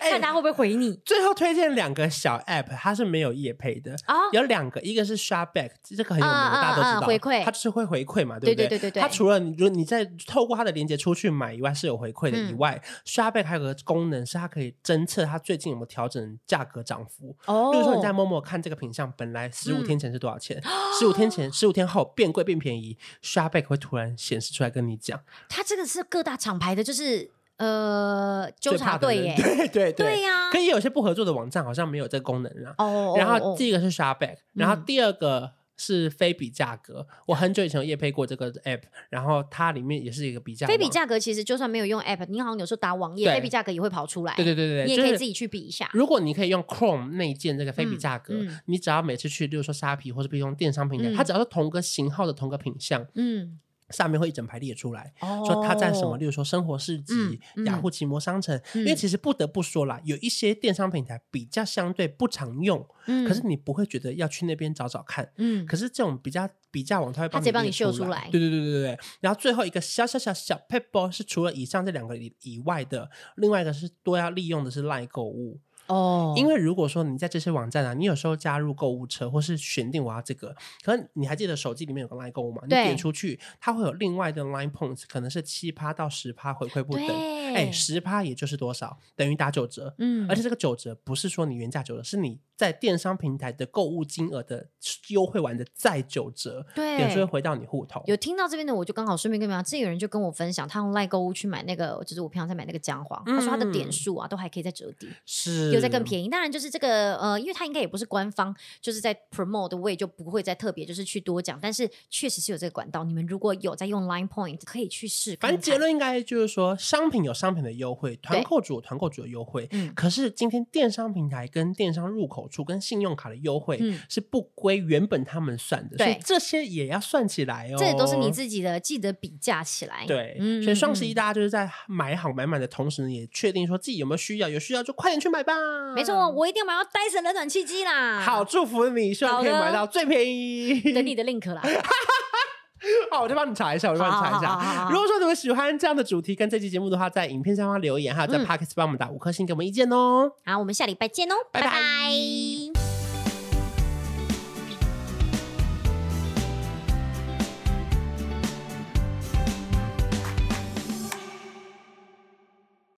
S1: 哎
S2: 看他会不会回你
S1: 最后推荐两个小 app，它是没有业配的，
S2: 啊？
S1: 有两个，一个是 Shopback，这个很有名，
S2: 啊
S1: 大家都知
S2: 啊
S1: 道，
S2: 啊回馈
S1: 它就是会回馈嘛，不
S2: 对
S1: 对
S2: 对对对对
S1: 它除了你，如果你在透过它的连接出去买以外是有回馈的
S2: 嗯
S1: 以外、s h o p b a c k 还有个功能是它可以侦测它最近有没有调整价格涨幅。
S2: 哦
S1: 比如说你在某某看这个品相，本来十五
S2: 嗯
S1: 天前是多少 钱，十五、天前、十五天后变贵变便宜，Shopback 会突然显示出来跟你讲，
S2: 他这个是各大厂牌的，就是呃纠
S1: 最怕
S2: 察
S1: 的
S2: 队
S1: 人。
S2: 耶
S1: 对对
S2: 对
S1: 对。
S2: 呀、
S1: 可以有些不合作的网站好像没有这个功能啦。
S2: 哦哦，
S1: 然
S2: 哦
S1: 后
S2: 哦
S1: 第一个是 Shopback，然后
S2: 嗯
S1: 第二个是非比价格。我很久以前有业配过这个 app，然后它里面也是一个比价网。
S2: 非比价格其实就算没有用 app，你好像有时候打网页，
S1: 对
S2: 非比价格也会跑出来。
S1: 对对对对，
S2: 你也可以
S1: 就是
S2: 自己去比一下。
S1: 如果你可以用 Chrome 内建这个非比价格，
S2: 嗯嗯
S1: 你只要每次去，例如说虾皮或者比如用电商平台，
S2: 嗯
S1: 它只要是同个型号的同个品相，
S2: 嗯，
S1: 下面会一整排列出来，
S2: 哦
S1: 说它占什么，例如说生活市集、
S2: 嗯嗯
S1: 雅虎奇摩商城。
S2: 嗯
S1: 因为其实不得不说啦，有一些电商平台比较相对不常用，
S2: 嗯
S1: 可是你不会觉得要去那边找找看。
S2: 嗯，
S1: 可是这种比较比价网，它会
S2: 它直接帮
S1: 你
S2: 你
S1: 列
S2: 秀出
S1: 来
S2: 来。
S1: 对对对对对。然后最后一个小小小小 p a p e r 是除了以上这两个以以外的，另外一个是多要利用的是赖购物。
S2: 哦，
S1: 因为如果说你在这些网站啊，你有时候加入购物车，或是选定我要这个，可能你还记得手机里面有个 Line 购物嘛？你
S2: 对
S1: 点出去，它会有另外的 Line Points，可能是七趴到十趴回馈不等。
S2: 对，
S1: 哎，十趴也就是多少？等于打九折。
S2: 嗯，
S1: 而且这个九折不是说你原价九折，是你在电商平台的购物金额的优惠完的再九折，点数会
S2: 对。
S1: 回到你户头。
S2: 有听到这边的，我就刚好顺便跟你们讲，之前有人就跟我分享，他用赖购物去买那个，就是我平常在买那个姜黄，他说他的点
S1: 嗯
S2: 数啊都还可以再折抵，
S1: 是
S2: 有在更
S1: 宜。
S2: 便宜。当然就是这个呃，因为他应该也不是官方，就是在 promote 的位就不会再特别就是去多讲，但是确实是有这个管道。你们如果有在用 Line Point，可以去试看
S1: 反
S2: 看。
S1: 正结论应该就是说，商品有商品的优惠，团购主有团购主的优惠。
S2: 嗯
S1: 可是今天电商平台跟电商入口处跟信用卡的优惠
S2: 嗯
S1: 是不归原本他们算的，所以
S2: 对
S1: 这些也要算起来哦。
S2: 这也都是你自己的，记得比价起来。
S1: 对，
S2: 嗯
S1: 所以双十一
S2: 嗯
S1: 大家就是在买好买满的同时呢，也确定说自己有没有需要，有需要就快点去买吧。
S2: 嗯没错，，我一定要买到 Dyson 冷暖气机啦。
S1: 好，祝福你，希望可以
S2: 好的
S1: 买到最便宜。
S2: 等你的 link 啦。
S1: 好，我就帮你查一下，我就帮你查一
S2: 好好好好
S1: 下。
S2: 好
S1: 如果说你们喜欢这样的主题跟这期节目的话，在影片下方留言，还有在
S2: 嗯
S1: Podcast 帮我们打五颗星给我们意见哦。
S2: 好，我们下礼拜见哦，
S1: 拜
S2: 拜
S1: 拜
S2: 拜